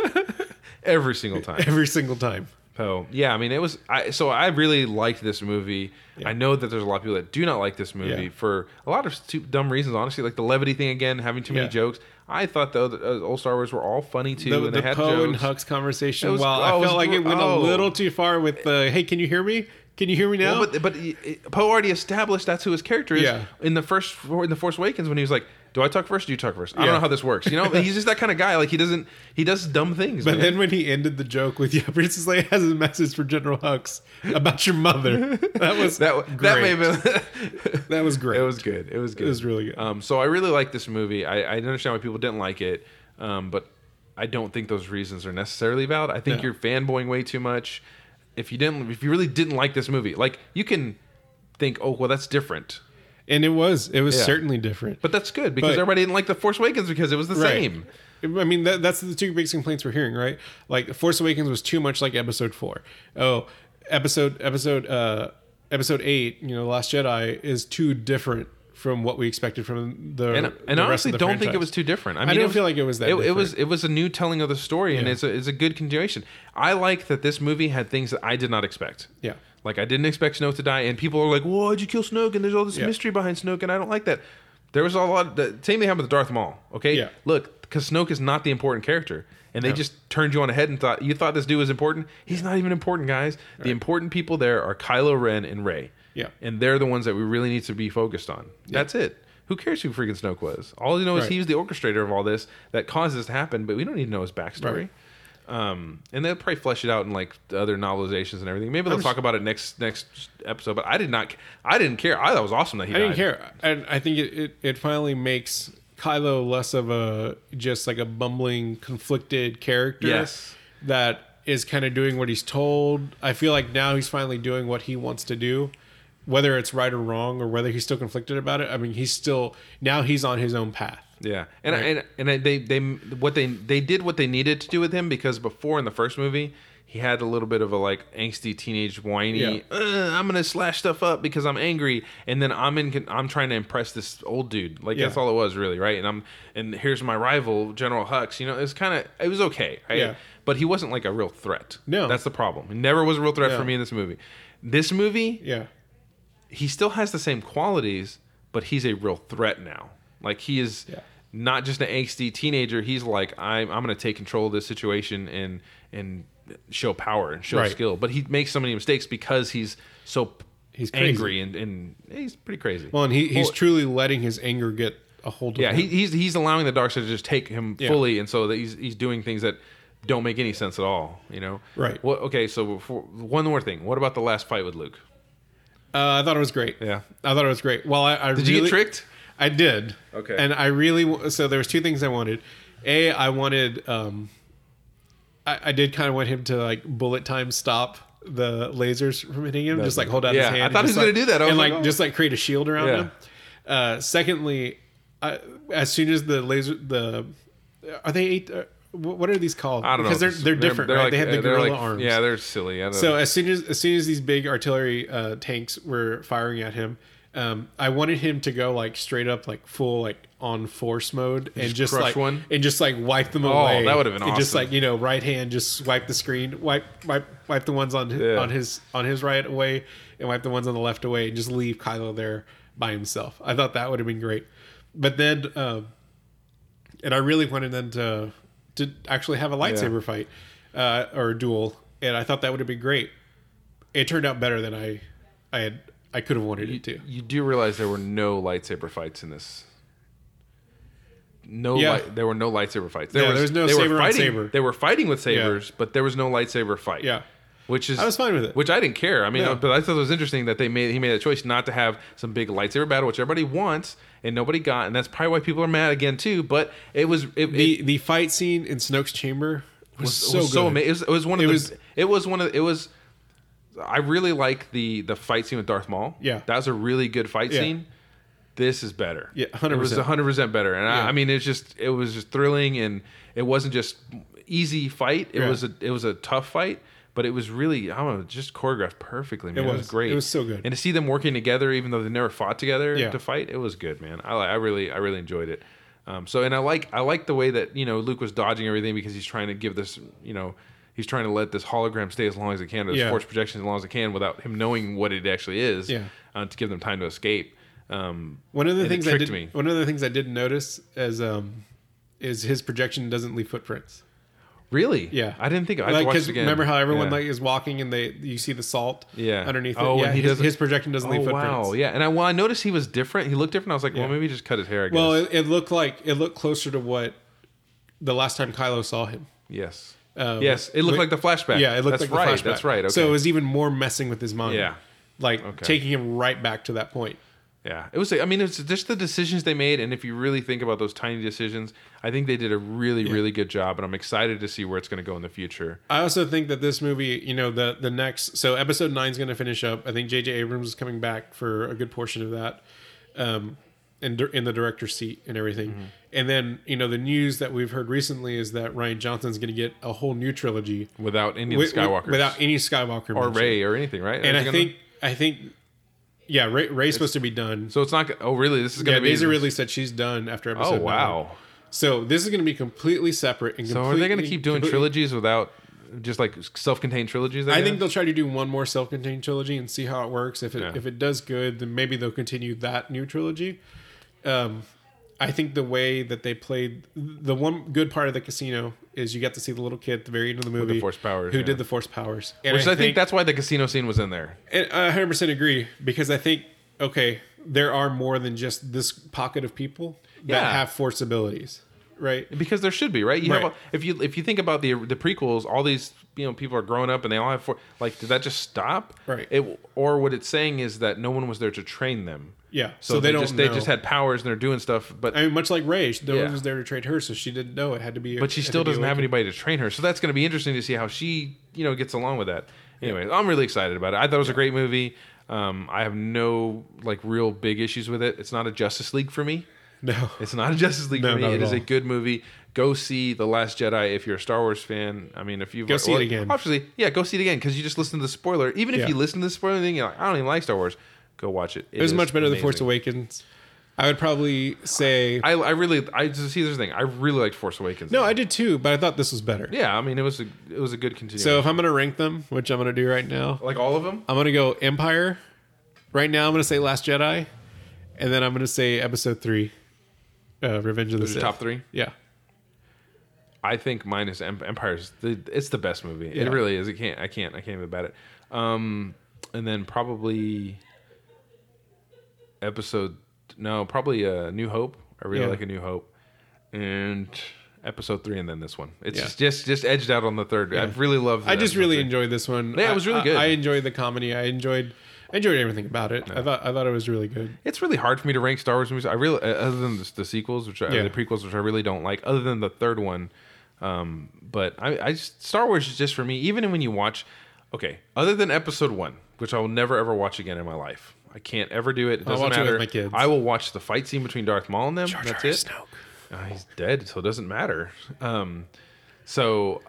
A: every single time.
B: every single time.
A: So yeah, I mean, it was. I so I really liked this movie. I know that there's a lot of people that do not like this movie
B: Yeah.
A: for a lot of stu- dumb reasons. Honestly, like the levity thing again, having too many
B: Yeah.
A: jokes. I thought though that uh, old Star Wars were all funny too,
B: The,
A: and they
B: the
A: had
B: Poe and
A: jokes.
B: Hux
A: It
B: conversation.
A: was-
B: Well, I
A: oh, it
B: felt
A: was
B: like it
A: gr-
B: went a
A: oh.
B: little too far with the "Hey, can you hear me? Can you hear me now?"
A: Well, but but he- it- Poe already established that's who his character is
B: Yeah.
A: in the first in the Force Awakens when he was like, "Do I talk first? Or do you talk first? I
B: Yeah.
A: don't know how this works." You know, he's just that kind of guy. Like he doesn't he does dumb things.
B: But
A: man.
B: then when he ended the joke with "Yeah, Princess Leia has a message for General Hux about your mother," that was
A: that
B: great.
A: that may have been
B: that was great.
A: It was good. It was good.
B: was really good.
A: Um, so I really like this movie. I, I understand why people didn't like it, um, but I don't think those reasons are necessarily valid. I think
B: No.
A: you're fanboying way too much. If you didn't, if you really didn't like this movie, like you can think, oh well, that's different.
B: and it was it was
A: Yeah.
B: certainly different.
A: But that's good because
B: But-
A: everybody didn't like the Force Awakens because it was the same.
B: I mean, that, that's the two biggest complaints we're hearing, right? Like, Force Awakens was too much like Episode Four. Oh, episode episode uh episode eight, you know, Last Jedi is too different from what we expected from the
A: And, and
B: the rest
A: I
B: of
A: honestly
B: the
A: don't think
B: franchise.
A: it was too different. I, mean, it
B: don't
A: was-
B: feel like it was that
A: It, it was
B: different.
A: it was a new telling of the story, and
B: Yeah.
A: it's a, it's a good continuation. I like that this movie had things that I did not expect.
B: Yeah.
A: Like I didn't expect Snoke to die, and people are like, "Why'd you kill Snoke?" And there's all this
B: Yeah.
A: mystery behind Snoke, and I don't like that. There was a lot. The same thing happened with Darth Maul. Okay,
B: Yeah.
A: look, because Snoke is not the important character, and they just turned you on ahead and thought you thought this dude was important. He's not even important, guys. The important people there are Kylo Ren and Rey.
B: Yeah.
A: and they're the ones that we really need to be focused on. That's it. Who cares who freaking Snoke was? All you know is
B: Right.
A: he was the orchestrator of all this that caused this to happen, but we don't need to know his backstory. Um, and they'll probably flesh it out in like the other novelizations and everything. Maybe they'll
B: I'm
A: talk about it next next episode. But I did not, I didn't care. I thought it was awesome that he
B: I didn't
A: died.
B: care. And I think it, it, it finally makes Kylo less of a just like a bumbling, conflicted character
A: Yes.
B: that is kind of doing what he's told. I feel like now he's finally doing what he wants to do, whether it's right or wrong or whether he's still conflicted about it. I mean, he's still now he's on his own path.
A: Yeah, and and and I- they they what they they did what they needed to do with him because before in the first movie he had a little bit of a like angsty teenage whiny.
B: Yeah.
A: "Ugh, I'm gonna slash stuff up because I'm angry, and then I'm in I'm trying to impress this old dude. Like that's
B: Yeah.
A: all it was really, right? And I'm and here's my rival General Hux. You know, it's kind of it was okay, right?
B: Yeah.
A: But he wasn't like a real threat.
B: No.
A: that's the problem. He never was a real threat for
B: No.
A: me in this movie. This movie,
B: Yeah.
A: he still has the same qualities, but he's a real threat now. Like he is
B: Yeah.
A: not just an angsty teenager. He's like I'm. I'm going to take control of this situation and and show power and show
B: Right.
A: skill. But he makes so many mistakes because he's so
B: He's crazy.
A: angry and and he's pretty crazy.
B: Well, and he, he's
A: Well-
B: truly letting his anger get a hold of
A: yeah,
B: him.
A: he, he's he's allowing the dark side to just take him
B: Yeah.
A: fully, and so that he's he's doing things that don't make any sense at all. You know.
B: Right.
A: What? Okay. So before, one more thing. What about the last fight with Luke?
B: Uh, I thought it was great.
A: Yeah.
B: I thought it was great. Well, I, I
A: Did you get tricked?
B: I did.
A: Okay.
B: And I really w- so there was two things I wanted. A, I wanted um, I, I did kind of want him to like bullet time stop the lasers from hitting him, just like hold out
A: yeah,
B: his hand.
A: I
B: and
A: thought he
B: just,
A: was gonna
B: like-
A: do that. I was
B: and
A: like,
B: like,
A: oh.
B: just like create a shield around
A: Yeah.
B: him. Uh, secondly, I, as soon as the laser the are they eight? Uh, wh- what are these called?
A: I don't
B: because
A: know.
B: they're they're different, right?
A: like-
B: they have the
A: they're
B: gorilla
A: like-
B: arms.
A: Yeah, they're silly. I don't
B: So as soon as as soon as these big artillery uh, tanks were firing at him, um, I wanted him to go like straight up like full like on force mode and just,
A: crush
B: like
A: one? Oh,
B: and just like wipe them away.
A: that would've been
B: And Just
A: awesome.
B: like you know, right hand just swipe the screen, wipe wipe wipe the ones on
A: Yeah.
B: on his on his right away, and wipe the ones on the left away, and just leave Kylo there by himself. I thought that would have been great, but then. Um, and I really wanted them to to actually have a lightsaber fight uh, or a duel, and I thought that would have been great. It turned out better than I I had I could have wanted it to.
A: You do realize there were no lightsaber fights in this. No,
B: Yeah.
A: light, there were no lightsaber fights. There
B: Yeah, there was no
A: they
B: saber
A: were
B: on
A: fighting,
B: saber.
A: They were fighting with sabers, but there was no lightsaber fight.
B: Yeah.
A: which is
B: I was fine with it.
A: Which I didn't care. I mean,
B: No.
A: but I thought it was interesting that they made he made a choice not to have some big lightsaber battle, which everybody wants and nobody got, and that's probably why people are mad again too. But it was it, it
B: The the fight scene in Snoke's chamber was,
A: was-
B: so
A: was
B: good.
A: so amazing. It was, it was one of
B: It
A: the.
B: was-
A: it was one of. It was. I really like the the fight scene with Darth Maul.
B: Yeah.
A: that was a really good fight
B: Yeah.
A: scene. This is better.
B: Yeah,
A: It was
B: 100%.
A: hundred percent better. And I,
B: Yeah.
A: I mean, it's just it was just thrilling, and it wasn't just easy fight. It
B: Yeah.
A: was a it was a tough fight, but it was really I don't know, just choreographed perfectly. Man. It, was.
B: was.
A: great.
B: It was so good.
A: And to see them working together, even though they never fought together
B: Yeah.
A: to fight, it was good, man. I, li- I really I really enjoyed it. Um, so and I like I like the way that you know Luke was dodging everything because he's trying to give this you know he's trying to let this hologram stay as long as it can, or this
B: Yeah.
A: force projection as long as it can, without him knowing what it actually is,
B: Yeah.
A: uh, to give them time to escape. Um,
B: One of the
A: it
B: things I
A: tricked
B: did
A: me.
B: one of the things I didn't notice as um is his projection doesn't leave footprints.
A: really?
B: Yeah,
A: I didn't think I
B: like
A: like, watched it
B: because
A: again.
B: remember how everyone
A: Yeah.
B: like is walking and they you see the salt
A: Yeah.
B: underneath.
A: Oh,
B: it.
A: and
B: yeah,
A: he
B: his,
A: doesn't-
B: his projection doesn't leave
A: Oh
B: footprints.
A: wow! Yeah, and I well, I noticed he was different. He looked different. I was like, well,
B: Yeah.
A: maybe he just cut his hair. I guess.
B: Well, it, it looked like it looked closer to what the last time Kylo saw him.
A: yes,
B: Um,
A: yes, it looked
B: we-
A: like the flashback.
B: Yeah, it looked
A: that's
B: like
A: right.
B: the flashback.
A: That's right. Okay.
B: So it was even more messing with his mind.
A: Yeah.
B: like
A: Okay.
B: taking him right back to that point.
A: Yeah, it was. I mean, it's just the decisions they made, and if you really think about those tiny decisions, I think they did a really, really good job, and I'm excited to see where it's going to go in the future.
B: I also think that this movie, you know, the the next so episode nine's going to finish up. I think J.J. Abrams is coming back for a good portion of that, um, and dir- in the director's seat and everything.
A: Mm-hmm.
B: And then you know the news that we've heard recently is that Ryan Johnson's going to get a whole new trilogy
A: Without any
B: wi-
A: of the
B: wi-
A: Skywalkers,
B: without any Skywalker
A: or
B: mention.
A: Ray or anything, right?
B: And
A: Is it
B: I
A: gonna-
B: think I think yeah, Ray, Ray's supposed to be done.
A: so. It's not. go- Oh, really? This is going
B: Yeah,
A: to be.
B: Daisy Ridley said she's done after
A: oh
B: episode. nine.
A: wow!
B: So this is going to be completely separate and
A: So
B: completely,
A: are they going to keep doing
B: completely-
A: trilogies without just like self-contained trilogies?
B: I think they'll try to do one more self-contained trilogy and see how it works. If it
A: Yeah.
B: if it does good, then maybe they'll continue that new trilogy. Um, I think the way that they played the one good part of the casino is you got to see the little kid at the very end of the movie
A: force powers,
B: who
A: yeah.
B: did the force powers, and
A: Which I think, that's why the casino scene was in there.
B: And I 100% agree because I think okay, there are more than just this pocket of people that
A: Yeah.
B: have force abilities, right?
A: because there should be right. You have
B: Right.
A: if you if you think about the the prequels, all these you know people are growing up and they all have four. Like, did that just stop?
B: Right.
A: It or what it's saying is that no one was there to train them.
B: Yeah.
A: So, they, don't. Just, they just had powers and they're doing stuff, but
B: I mean, much like Ray, no
A: Yeah.
B: one was there to trade her, so she didn't know it had to be.
A: but she
B: had to
A: still
B: be
A: doesn't have
B: Lincoln.
A: anybody to train her. So that's going to be interesting to see how she, you know, gets along with that. Anyway, I'm really excited about it. I thought it was a great movie. Um, I have no like real big issues with it. It's not a Justice League for me.
B: No.
A: It's not a Justice League
B: No,
A: for me.
B: not
A: It
B: at
A: is a
B: all.
A: good movie. Go see The Last Jedi if you're a Star Wars fan. I mean, if you've
B: Go see it again.
A: Obviously, yeah, go see it again because you just listen to the spoiler. Even if
B: Yeah.
A: you listen to the spoiler thing, you're like, I don't even like Star Wars. Go watch it.
B: It was
A: is
B: much better than
A: amazing.
B: Force Awakens. I would probably say
A: I, I really, I just see this thing. I really liked Force Awakens.
B: no. I did too, but I thought this was better.
A: yeah, I mean, it was a, it was a good continuation.
B: So if I'm gonna rank them, which I'm gonna do right now,
A: Like all of them?
B: I'm gonna go Empire. Right now, I'm gonna say Last Jedi, and then I'm gonna say Episode Three, uh, Revenge of the
A: Those are
B: Sith.
A: top three.
B: Yeah,
A: I think mine is Em- Empire's. The, it's the best movie.
B: Yeah.
A: It really is. It can't. I can't. I can't even bat it. Um, and then probably episode. No, probably uh, New Hope. I really
B: Yeah.
A: like a New Hope. And episode three, and then this one. It's
B: Yeah.
A: just, just just edged out on the third. I really love.
B: I just really
A: enjoy.
B: enjoyed this one.
A: Yeah, it was really
B: I-
A: good.
B: I, I enjoyed the comedy. I enjoyed, I enjoyed everything about it. I thought, I thought it was really good.
A: It's really hard for me to rank Star Wars movies. I really, uh, other than the, the sequels, which I,
B: Yeah.
A: the prequels, which I really don't like, other than the third one. Um, but I, I just, Star Wars is just for me. Even when you watch, okay, other than Episode One, which I will never ever watch again in my life. I can't ever do it. It doesn't
B: watch it
A: matter.
B: with my kids.
A: I will watch the fight scene between Darth Maul and them. that's it.
B: Snoke.
A: Uh, he's dead, so it doesn't matter. Um, so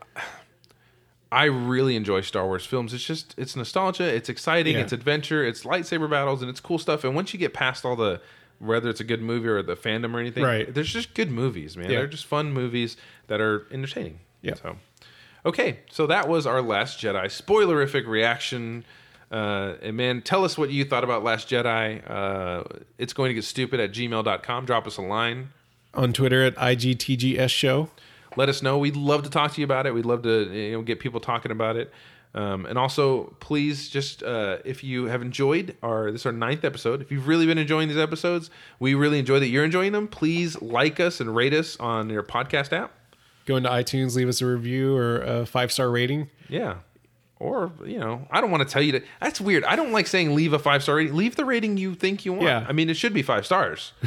A: I really enjoy Star Wars films. It's just it's nostalgia, it's exciting,
B: Yeah.
A: it's adventure, it's lightsaber battles, and it's cool stuff. And once you get past all the whether it's a good movie or the fandom or anything,
B: Right.
A: there's just good movies, man.
B: Yeah.
A: They're just fun movies that are entertaining.
B: Yeah.
A: So okay, so that was our Last Jedi spoilerific reaction. Uh, and man, tell us what you thought about Last Jedi. Uh, it's going to get stupid at gmail.com. Drop us a line
B: On Twitter at igtgs show.
A: let us know. We'd love to talk to you about it. We'd love to you know, get people talking about it. Um, and also, please just uh, if you have enjoyed our this is our ninth episode, if you've really been enjoying these episodes, we really enjoy that you're enjoying them. Please like us and rate us on your podcast app.
B: Go into iTunes, leave us a review or a five star rating.
A: Yeah. Or you know, I don't want to tell you to. That's weird. I don't like saying leave a five star rating. Leave the rating you think you want.
B: Yeah.
A: I mean, it should be five stars.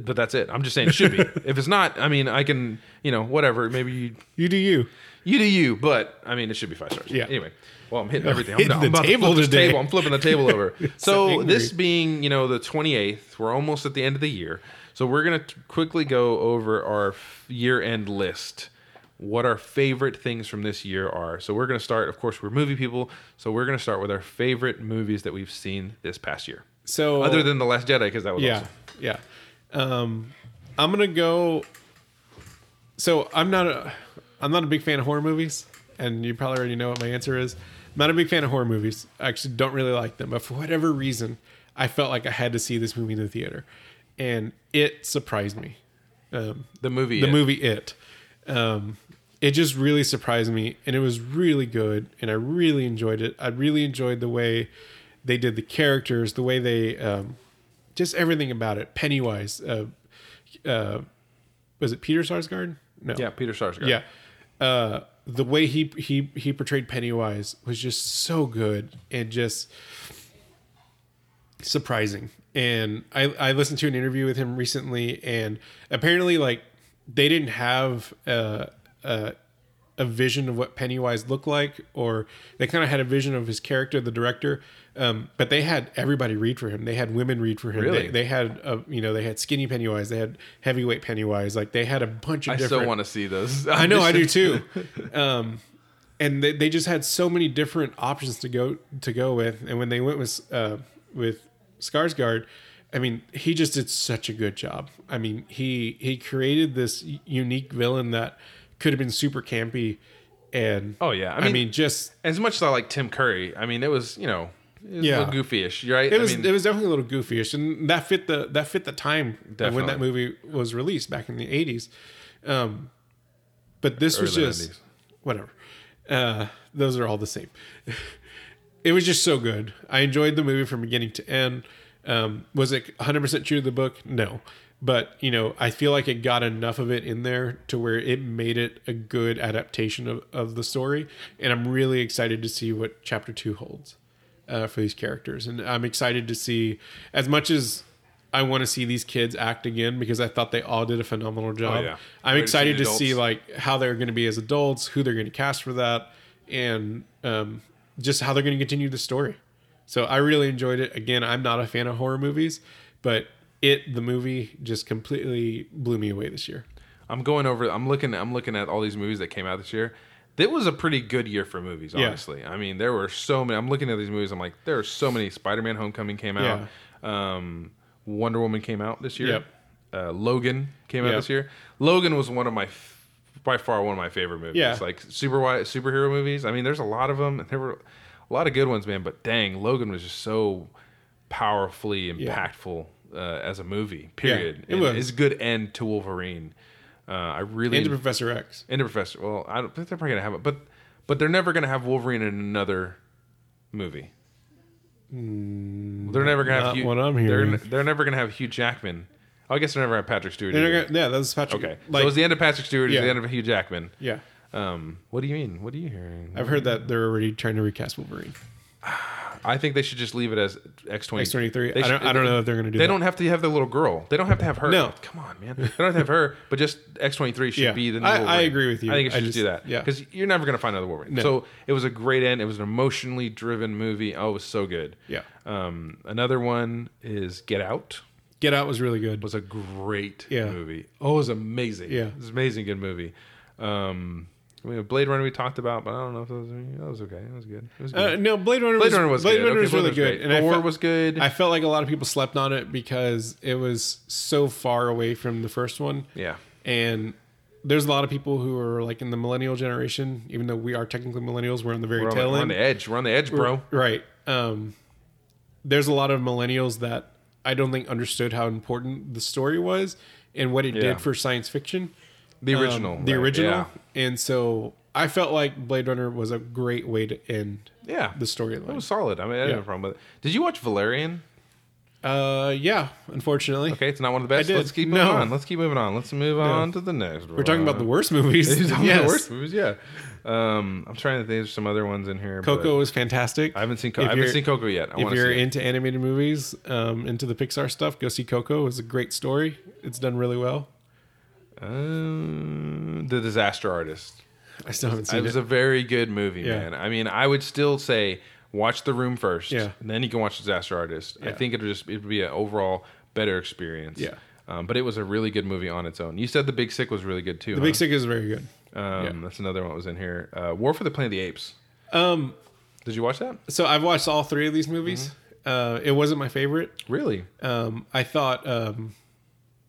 A: but that's it. I'm just saying it should be. if it's not, I mean, I can you know whatever. Maybe you
B: You do you.
A: You do you, but I mean, it should be five stars.
B: Yeah.
A: Anyway, well, I'm hitting everything. I'm,
B: Hitting
A: done. I'm
B: the
A: about to
B: table
A: flip this
B: today.
A: table. I'm flipping the table over. so
B: angry.
A: this being, you know, the 28th, we're almost at the end of the year. So we're gonna t- quickly go over our f- year-end list. What our favorite things from this year are. So we're gonna start. Of course, we're movie people. So we're gonna start with our favorite movies that we've seen this past year,
B: So
A: other than the Last Jedi, because that was
B: yeah,
A: awesome.
B: yeah. Um, I'm gonna go. So I'm not a, I'm not a big fan of horror movies, and you probably already know what my answer is. I'm not a big fan of horror movies. I actually don't really like them, but for whatever reason, I felt like I had to see this movie in the theater, and it surprised me. Um,
A: the movie.
B: the
A: It.
B: movie It. Um, it just really surprised me, and it was really good, and I really enjoyed it. I really enjoyed the way they did the characters, the way they, um, just everything about it. Pennywise, uh, uh, was it Peter Sarsgaard? No,
A: Yeah, Peter Sarsgaard.
B: yeah. Uh, the way he he he portrayed Pennywise was just so good and just surprising. And I I listened to an interview with him recently, and apparently like they didn't have uh, uh, a vision of what Pennywise looked like, or they kind of had a vision of his character, the director. Um, but they had everybody read for him. They had women read for him.
A: Really?
B: They, they had, uh, you know, they had skinny Pennywise. They had heavyweight Pennywise. Like they had a bunch of
A: I
B: different.
A: still want to see those.
B: I know, I do too. Um, and they, they just had so many different options to go to go with. And when they went with uh, with Skarsgård, I mean, he just did such a good job. I mean, he he created this u- unique villain that could have been super campy. And
A: Oh, yeah. I
B: I mean,
A: mean-
B: just
A: As much as I like Tim Curry, I mean, it was you know, it was a
B: Yeah.
A: little goofy-ish, right?
B: it was
A: I mean,
B: it was definitely a little goofyish, and that fit the that fit the time of when
A: Definitely.
B: that movie was released back in the eighties. Um, but this was
A: Early
B: just
A: 90s.
B: whatever. Uh, those are all the same. it was just so good. I enjoyed the movie from beginning to end. Um, was it 100% true to the book? No. But, you know, I feel like it got enough of it in there to where it made it a good adaptation of, of the story. And I'm really excited to see what chapter two holds uh, for these characters. And I'm excited to see, as much as I want to see these kids act again because I thought they all did a phenomenal job.
A: Oh, yeah.
B: I'm
A: Great to
B: excited
A: see
B: to
A: the
B: see,
A: adults.
B: like, how they're going to be as adults, who they're going to cast for that, and um, just how they're going to continue the story. So I really enjoyed it. Again, I'm not a fan of horror movies, but it, the movie, just completely blew me away this year.
A: I'm going over. I'm looking. I'm looking at all these movies that came out this year. It was a pretty good year for movies,
B: Yeah.
A: honestly. I mean, there were so many. I'm looking at these movies. I'm like, there are so many. Spider-Man: Homecoming came out. Um, Wonder Woman came out this year.
B: Yep.
A: Uh, Logan came out
B: Yep.
A: this year. Logan was one of my, f- by far one of my favorite movies.
B: Yeah.
A: Like super wi- superhero movies. I mean, there's a lot of them, and there were a lot of good ones, man. But dang, Logan was just so powerfully impactful uh, as a movie. Period.
B: it
A: And
B: was.
A: It's a good end to Wolverine. Uh, I really
B: And to Professor X.
A: and the Professor. Well, I don't think they're probably gonna have it, but but they're never gonna have Wolverine in another movie. they're never gonna have
B: not what I'm
A: They're,
B: hearing.
A: they're never gonna have Hugh Jackman. Oh, I guess they're never gonna have Patrick Stewart.
B: They're
A: either.
B: not gonna- yeah, that was Patrick.
A: okay, so
B: Like,
A: it was the end of Patrick Stewart. Yeah.
B: Yeah.
A: the end of Hugh Jackman.
B: yeah.
A: Um, what do you mean? What are you hearing?
B: I've heard that they're already trying to recast Wolverine.
A: I think they should just leave it as X twenty
B: X23. I don't, I don't know if they're going to do
A: They
B: that.
A: don't have to have the little girl. They don't have to have her.
B: No.
A: come on, man. They don't have to have her. But just X twenty three should
B: Yeah.
A: be the. New
B: I- I
A: Wolverine.
B: agree with you.
A: I think it
B: I
A: should
B: just-
A: do that.
B: yeah.
A: because you're never going to find another Wolverine. So it was a great end. It was an emotionally driven movie. Oh, it was so good.
B: Yeah.
A: Um, another one is Get Out.
B: Get Out was really good.
A: Was a great
B: Yeah.
A: movie. Oh, it was amazing.
B: Yeah.
A: it was an amazing good movie. Um, I mean, Blade Runner we talked about, but I don't know if that was that was okay. It was good. It was good.
B: Uh, no, Blade Runner.
A: Blade
B: was,
A: Runner was good.
B: Blade Runner
A: Okay,
B: was
A: Blade
B: really
A: Runner's
B: good.
A: great.
B: I
A: Thor
B: fe-
A: was good.
B: I felt like a lot of people slept on it because it was so far away from the first one,
A: yeah.
B: and there's a lot of people who are like in the millennial generation. Even though we are technically millennials, we're on the very
A: We're on, the,
B: tail
A: we're on
B: end,
A: the edge. We're on the edge, bro.
B: right? Um, there's a lot of millennials that I don't think understood how important the story was and what it
A: Yeah.
B: did for science fiction.
A: The
B: um,
A: original.
B: the
A: right,
B: original,
A: Yeah.
B: and so I felt like Blade Runner was a great way to end
A: yeah.
B: the
A: It
B: storyline.
A: was solid. I mean, I didn't
B: Yeah.
A: have a problem with it. Did you watch Valerian?
B: Uh, yeah, unfortunately.
A: Okay, it's not one of the best.
B: did.
A: Let's keep
B: No.
A: moving on. Let's keep moving on. Let's move on to the next.
B: We're talking about the worst movies.
A: Uh, the
B: Yes.
A: worst movies. Yeah. Um, I'm trying to think. There's some other ones in here. but
B: Coco was fantastic.
A: I haven't seen. Co-
B: If
A: I haven't
B: you're-
A: seen Coco yet. I
B: If
A: want to
B: you're
A: see. it.
B: into animated movies, um, into the Pixar stuff, go see Coco. It's a great story. It's done really well.
A: Um, the Disaster Artist.
B: I still haven't
A: It
B: seen it.
A: was a very good movie,
B: Yeah.
A: man. I mean, I would still say watch The Room first,
B: Yeah.
A: and then you can watch Disaster Artist. I
B: Yeah.
A: think it'd just it'd be an overall better experience.
B: Yeah.
A: Um, but it was a really good movie on its own. You said The Big Sick was really good too.
B: the Big Sick is very good.
A: Um, That's another one that was in here. Uh, War for the Planet of the Apes.
B: Um,
A: Did you watch that?
B: so I've watched all three of these movies.
A: Mm-hmm.
B: Uh, it wasn't my favorite.
A: Really?
B: Um, I thought um,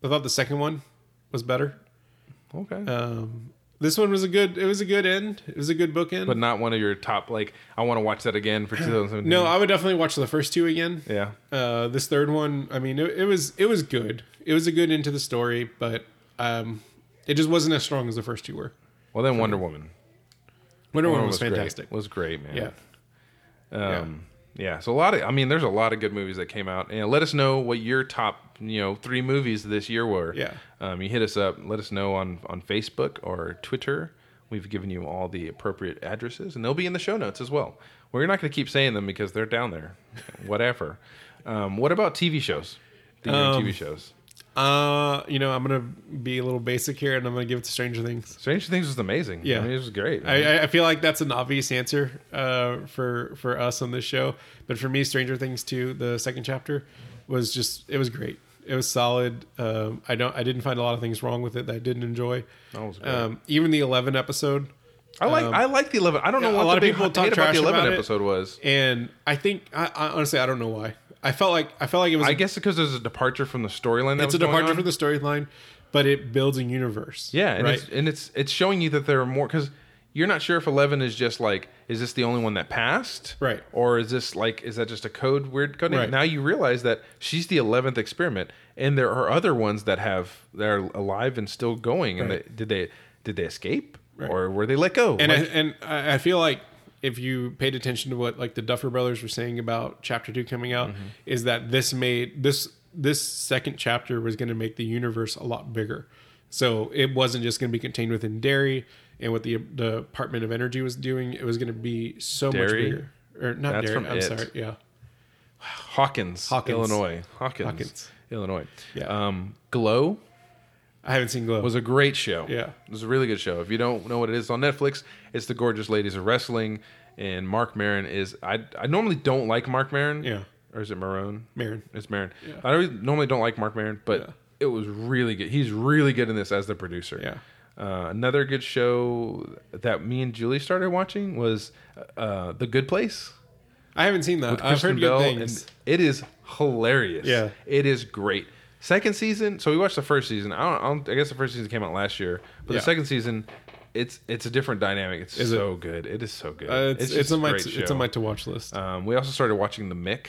B: I thought the second one was better.
A: Okay.
B: Um, this one was a good. It was a good end. It was a good bookend.
A: but not one of your top. Like I want to watch that again for 2017.
B: no, I would definitely watch the first two again.
A: Yeah.
B: Uh, this third one, I mean, it, it was it was good. It was a good into the story, but um, it just wasn't as strong as the first two were.
A: Well, then Wonder Woman. Wonder
B: Wonder Woman
A: Woman
B: was fantastic.
A: Great. Was great, man.
B: Yeah,
A: Um, yeah. So a lot of, I mean, there's a lot of good movies that came out. And let us know what your top, you know, three movies this year were.
B: Yeah.
A: Um, you hit us up. Let us know on on Facebook or Twitter. We've given you all the appropriate addresses, and they'll be in the show notes as well. We're not going to keep saying them because they're down there. Whatever. Um, what about TV shows? The year in
B: Um,
A: TV shows.
B: uh, you know, I'm gonna be a little basic here, and I'm gonna give it to Stranger Things.
A: Stranger Things was amazing.
B: Yeah.
A: I mean, it was great.
B: I, I- I feel like that's an obvious answer uh, for for us on this show, but for me, Stranger Things two, the second chapter, was just it was great. It was solid. Um, I don't. I didn't find a lot of things wrong with it that I didn't enjoy.
A: That was great.
B: Um, even the 11 episode,
A: I like I like the eleven. I don't know
B: um, yeah,
A: what
B: a lot
A: the
B: of
A: big
B: people
A: hot
B: talk
A: take about
B: trash
A: the eleven
B: about it.
A: episode was.
B: and I think I, I honestly I don't know why. I felt like I felt like it was
A: I guess because there's a departure from the storyline. that
B: it's a
A: was going
B: departure
A: on.
B: from the storyline, but it builds a universe.
A: Yeah, and
B: right.
A: it's and it's it's showing you that there are more because you're not sure if eleven is just like is this the only one that passed,
B: Right.
A: Or is this like is that just a code weird code? name?
B: Right.
A: Now you realize that she's the eleventh experiment, and there are other ones that have that are alive and still going. And
B: Right.
A: they, did they did they escape
B: Right.
A: or were they let go?
B: and
A: Like,
B: I, and I I feel like if you paid attention to what like the Duffer Brothers were saying about Chapter Two coming out,
A: Mm-hmm.
B: is that this made this this second chapter was going to make the universe a lot bigger. So it wasn't just going to be contained within Derry and what the the Department of Energy was doing. It was going to be so
A: Derry?
B: much bigger. Or not
A: That's
B: Derry.
A: from
B: I'm
A: It.
B: sorry. Yeah.
A: Hawkins,
B: Hawkins.
A: Illinois. Hawkins,
B: Hawkins.
A: Illinois.
B: Yeah.
A: Um, Glow
B: I haven't seen Glow.
A: was a great show.
B: Yeah.
A: It was a really good show. If you don't know what it is it's on Netflix, it's The Gorgeous Ladies of Wrestling. And Mark Maron is. I, I normally don't like Mark Maron.
B: Yeah.
A: Or is it Marone?
B: Maron.
A: It's Maron. I always, normally don't like Mark Maron, but
B: Yeah.
A: it was really good. He's really good in this as the producer.
B: Yeah.
A: Uh, another good show that me and Julie started watching was uh, The Good Place.
B: I haven't seen that. I've
A: Kristen
B: heard good
A: Bell,
B: things.
A: and it is hilarious.
B: Yeah.
A: it is great. Second season, so we watched the first season. I don't, I don't I guess the first season came out last year, but
B: Yeah.
A: the second season, it's it's a different dynamic. It's
B: Is it?
A: so good. It is so good.
B: Uh, it's, it's,
A: just
B: on
A: a
B: my
A: great
B: it's
A: show.
B: on my to watch list.
A: Um, we also started watching The Mick,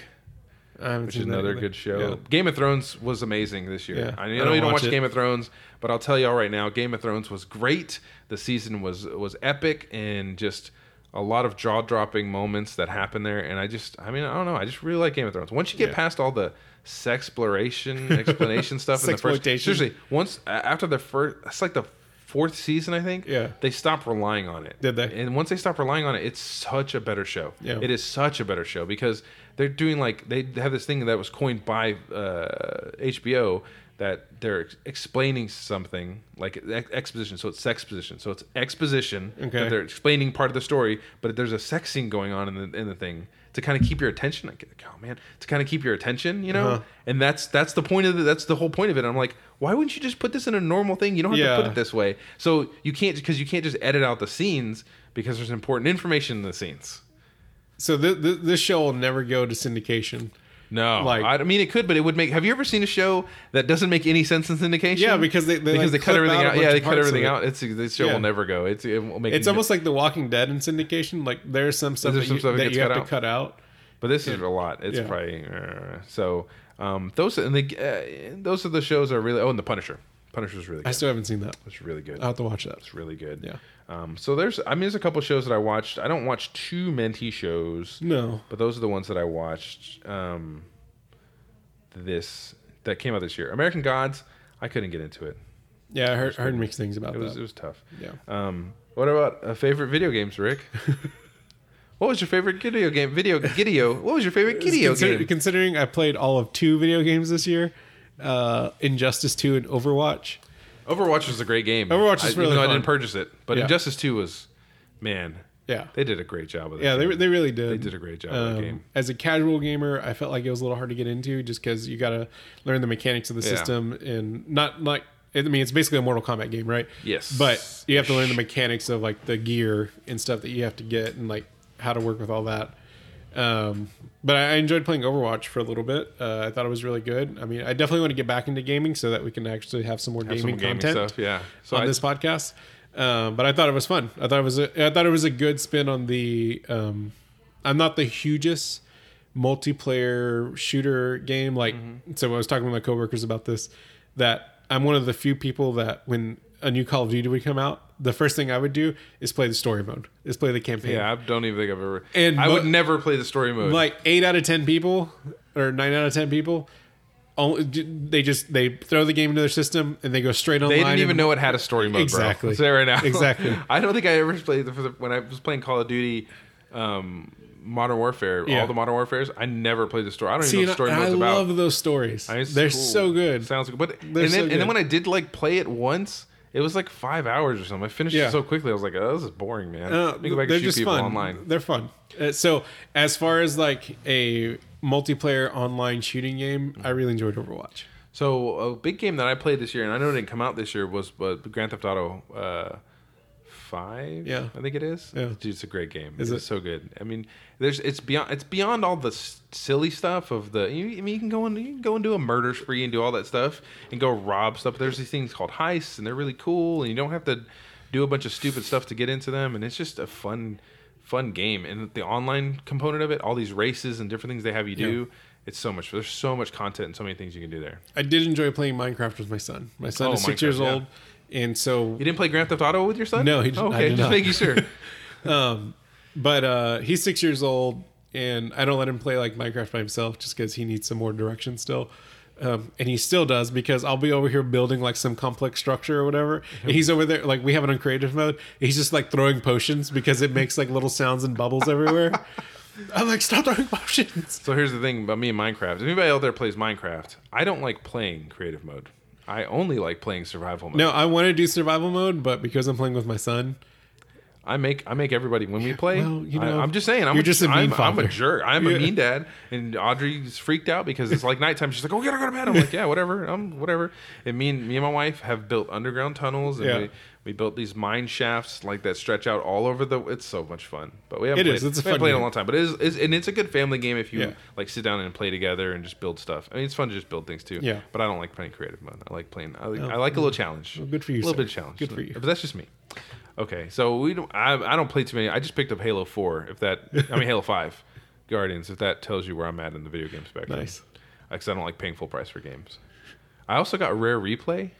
B: I haven't
A: which is
B: seen that
A: another
B: either.
A: good show.
B: Yeah.
A: Game of Thrones was amazing this year.
B: Yeah.
A: I know
B: I
A: you
B: don't
A: don't watch,
B: watch it.
A: Game of Thrones, but I'll tell y'all right now, Game of Thrones was great. The season was was epic and just a lot of jaw dropping moments that happened there. And I just, I mean, I don't know, I just really like Game of Thrones. Once you get
B: Yeah.
A: past all the sexploration, explanation stuff in the first,
B: Sexploitation.
A: seriously, once a- after the first, it's like the fourth season, I think.
B: Yeah.
A: they stopped relying on it.
B: Did they?
A: And once they stopped relying on it, it's such a better show.
B: Yeah.
A: It is such a better show because they're doing like they have this thing that was coined by uh, HBO that they're ex- explaining something like ex- exposition. So it's sex position. So it's exposition.
B: Okay.
A: that they're explaining part of the story, but there's a sex scene going on in the in the thing to kind of keep your attention. Like, oh man, to kind of keep your attention, you know.
B: Uh-huh.
A: And that's that's the point of the, that's the whole point of it. I'm like, why wouldn't you just put this in a normal thing? You don't have to put
B: Yeah.
A: it this way. So you can't because you can't just edit out the scenes because there's important information in the scenes.
B: So th- th- this show will never go to syndication.
A: No,
B: Like-
A: I mean it could, but it would make. Have you ever seen a show that doesn't make any sense in syndication?
B: Yeah, because they- they,
A: because
B: like,
A: they cut
B: clip
A: everything
B: out a
A: out.
B: bunch
A: Yeah,
B: of
A: they cut
B: parts of
A: everything
B: it.
A: out. It's this show
B: Yeah.
A: will never go. It's it will make.
B: It's
A: no-
B: almost like The Walking Dead in syndication. Like there's some stuff
A: There's
B: that
A: some
B: you,
A: stuff that
B: that
A: gets
B: you have
A: cut
B: to
A: out.
B: cut out.
A: But this is a lot. It's
B: Yeah.
A: probably uh, so. Um, those and the uh, those are the shows that are really. Oh, and the Punisher. Punisher's really
B: I
A: good.
B: still haven't seen that.
A: It's really good.
B: I'll have to watch that.
A: It's really good.
B: Yeah.
A: Um, so there's. I mean, there's a couple shows that I watched. I don't watch too many shows,
B: No.
A: but those are the ones that I watched. Um, this that came out this year. American Gods. I couldn't get into it.
B: Yeah, I heard, heard mixed things about
A: It was it
B: that.
A: was tough.
B: Yeah.
A: Um, what about uh, favorite video games, Rick? what was your favorite video game? Video video. What was your favorite video
B: Consider-
A: game?
B: Considering I played all of two video games this year, uh, Injustice Two and Overwatch.
A: Overwatch was a great game.
B: Overwatch
A: I,
B: is
A: even
B: really
A: though I
B: fun.
A: didn't purchase it, but
B: Yeah.
A: Injustice Two was, man,
B: Yeah.
A: they did a great job with it.
B: Yeah, they, Um, they really did.
A: They did a great job with the game.
B: As a casual gamer, I felt like it was a little hard to get into just because you got to learn the mechanics of the
A: Yeah.
B: system and not like. I mean, it's basically a Mortal Kombat game, right?
A: Yes.
B: But you have to learn the mechanics of like the gear and stuff that you have to get and like how to work with all that. Um, but I I enjoyed playing Overwatch for a little bit. Uh, I thought it was really good. I mean, I definitely want to get back into gaming so that we can actually have some more
A: Have
B: gaming
A: some gaming
B: content
A: stuff. Yeah. So
B: on
A: I,
B: this podcast. Um, but I thought it was fun. I thought it was a, I thought it was a good spin on the. Um, I'm not the hugest multiplayer shooter game. Like
A: Mm-hmm.
B: so, I was talking to my coworkers about this. That I'm one of the few people that when a new Call of Duty would come out, the first thing I would do is play the story mode, is play the campaign.
A: yeah, I don't even think I've ever.
B: And
A: I would
B: but-
A: never play the story mode.
B: Like eight out of ten people, or nine out of ten people. Only, they just they throw the game into their system and they go straight online.
A: they didn't even
B: and-
A: know it had a story mode.
B: Exactly.
A: Bro. Say it right now.
B: Exactly.
A: I don't think I ever played the, for the, when I was playing Call of Duty. Um, Modern Warfare,
B: Yeah.
A: all the Modern Warfares. I never played the story. I don't
B: See,
A: even know what the story
B: and I,
A: mode's
B: I
A: about.
B: love those stories.
A: I mean, it's
B: They're
A: cool.
B: so good.
A: Sounds good. But and
B: They're
A: then,
B: so
A: and then
B: good.
A: when I did like play it once, it was like five hours or something. I finished
B: Yeah.
A: it so quickly. I was like, oh, this is boring, man.
B: Uh,
A: Let me go back
B: they're
A: and shoot
B: just
A: people
B: fun.
A: online.
B: They're fun. Uh, so, as far as like a multiplayer online shooting game, I really enjoyed Overwatch.
A: So a big game that I played this year, and I know it didn't come out this year, was but Grand Theft Auto. Uh, Five,
B: Yeah.
A: I think it is.
B: Yeah.
A: Dude, it's a great game.
B: Is
A: it's
B: it?
A: so good. I mean, there's it's beyond it's beyond all the s- silly stuff of the. You, I mean, you can go and you can go and do a murder spree and do all that stuff and go rob stuff. There's these things called heists, and they're really cool, and you don't have to do a bunch of stupid stuff to get into them. And it's just a fun, fun game. And the online component of it, all these races and different things they have you do. It's so much. There's so much content and so many things you can do there.
B: I did enjoy playing Minecraft with my son. My son
A: Oh,
B: is six
A: Minecraft,
B: years
A: yeah.
B: old, and so
A: You didn't play Grand Theft Auto with your son?
B: No, he did-
A: Oh,
B: I
A: okay,
B: did
A: just
B: not.
A: making sure.
B: um, But uh, he's six years old, and I don't let him play like Minecraft by himself just because he needs some more direction still. Um, and he still does because I'll be over here building like some complex structure or whatever. And he's over there, like, we have it on creative mode. He's just like throwing potions because it makes like little sounds and bubbles everywhere. I'm like, stop throwing potions.
A: So here's the thing about me and Minecraft. If anybody out there plays Minecraft, I don't like playing creative mode. I only like playing survival mode.
B: No, I want to do survival mode, but because I'm playing with my son,
A: I make I make everybody when we play.
B: well, you know,
A: I, am just saying. I'm
B: you're
A: a,
B: just a mean
A: I'm, I'm
B: father.
A: a jerk. I'm
B: Yeah.
A: a mean dad. And Audrey's freaked out because it's like nighttime. She's like, "Oh, gotta go to bed." I'm like, "Yeah, whatever. I'm whatever." And me and me and my wife have built underground tunnels. And
B: Yeah.
A: we, we built these mine shafts like that stretch out all over the. It's so much fun. But we haven't
B: It
A: played,
B: is. It's a
A: we haven't
B: fun
A: played in
B: game.
A: a long time. But it is, is and it's a good family game if you
B: Yeah.
A: like sit down and play together and just build stuff. I mean, it's fun to just build things too.
B: Yeah. Oh,
A: But I don't like playing creative mode. I like playing. I like, I like a little challenge.
B: Well, good for
A: A
B: you,
A: little
B: sir.
A: bit of challenge.
B: Good for you.
A: But that's just me. Okay, so we don't. I, I don't play too many. I just picked up Halo Four. If that, I mean Halo Five, Guardians. If that tells you where I'm at in the video game spectrum.
B: Nice.
A: Because I don't like paying full price for games. I also got Rare Replay,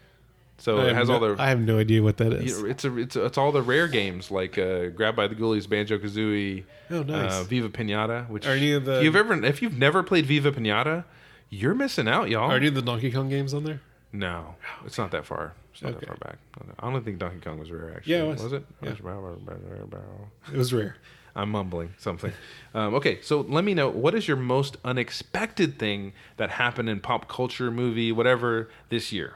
A: so
B: I
A: Oh, it
B: have
A: has
B: no-
A: all the.
B: I have no idea what that is.
A: you know, it's a, it's a, it's all the rare games like uh, Grab by the Ghoulies, Banjo Kazooie,
B: Oh, nice.
A: uh, Viva Pinata. Which
B: Are any of the-
A: if you've ever if you've never played Viva Pinata, you're missing out, y'all.
B: Are any of the Donkey Kong games on there?
A: No, it's not that far. It's not
B: Oh, Okay.
A: that far back. I don't think Donkey Kong was rare. Actually,
B: Yeah, it was.
A: it?
B: Yeah. It was rare.
A: I'm mumbling something. Um, okay, so let me know what is your most unexpected thing that happened in pop culture, movie, whatever this year.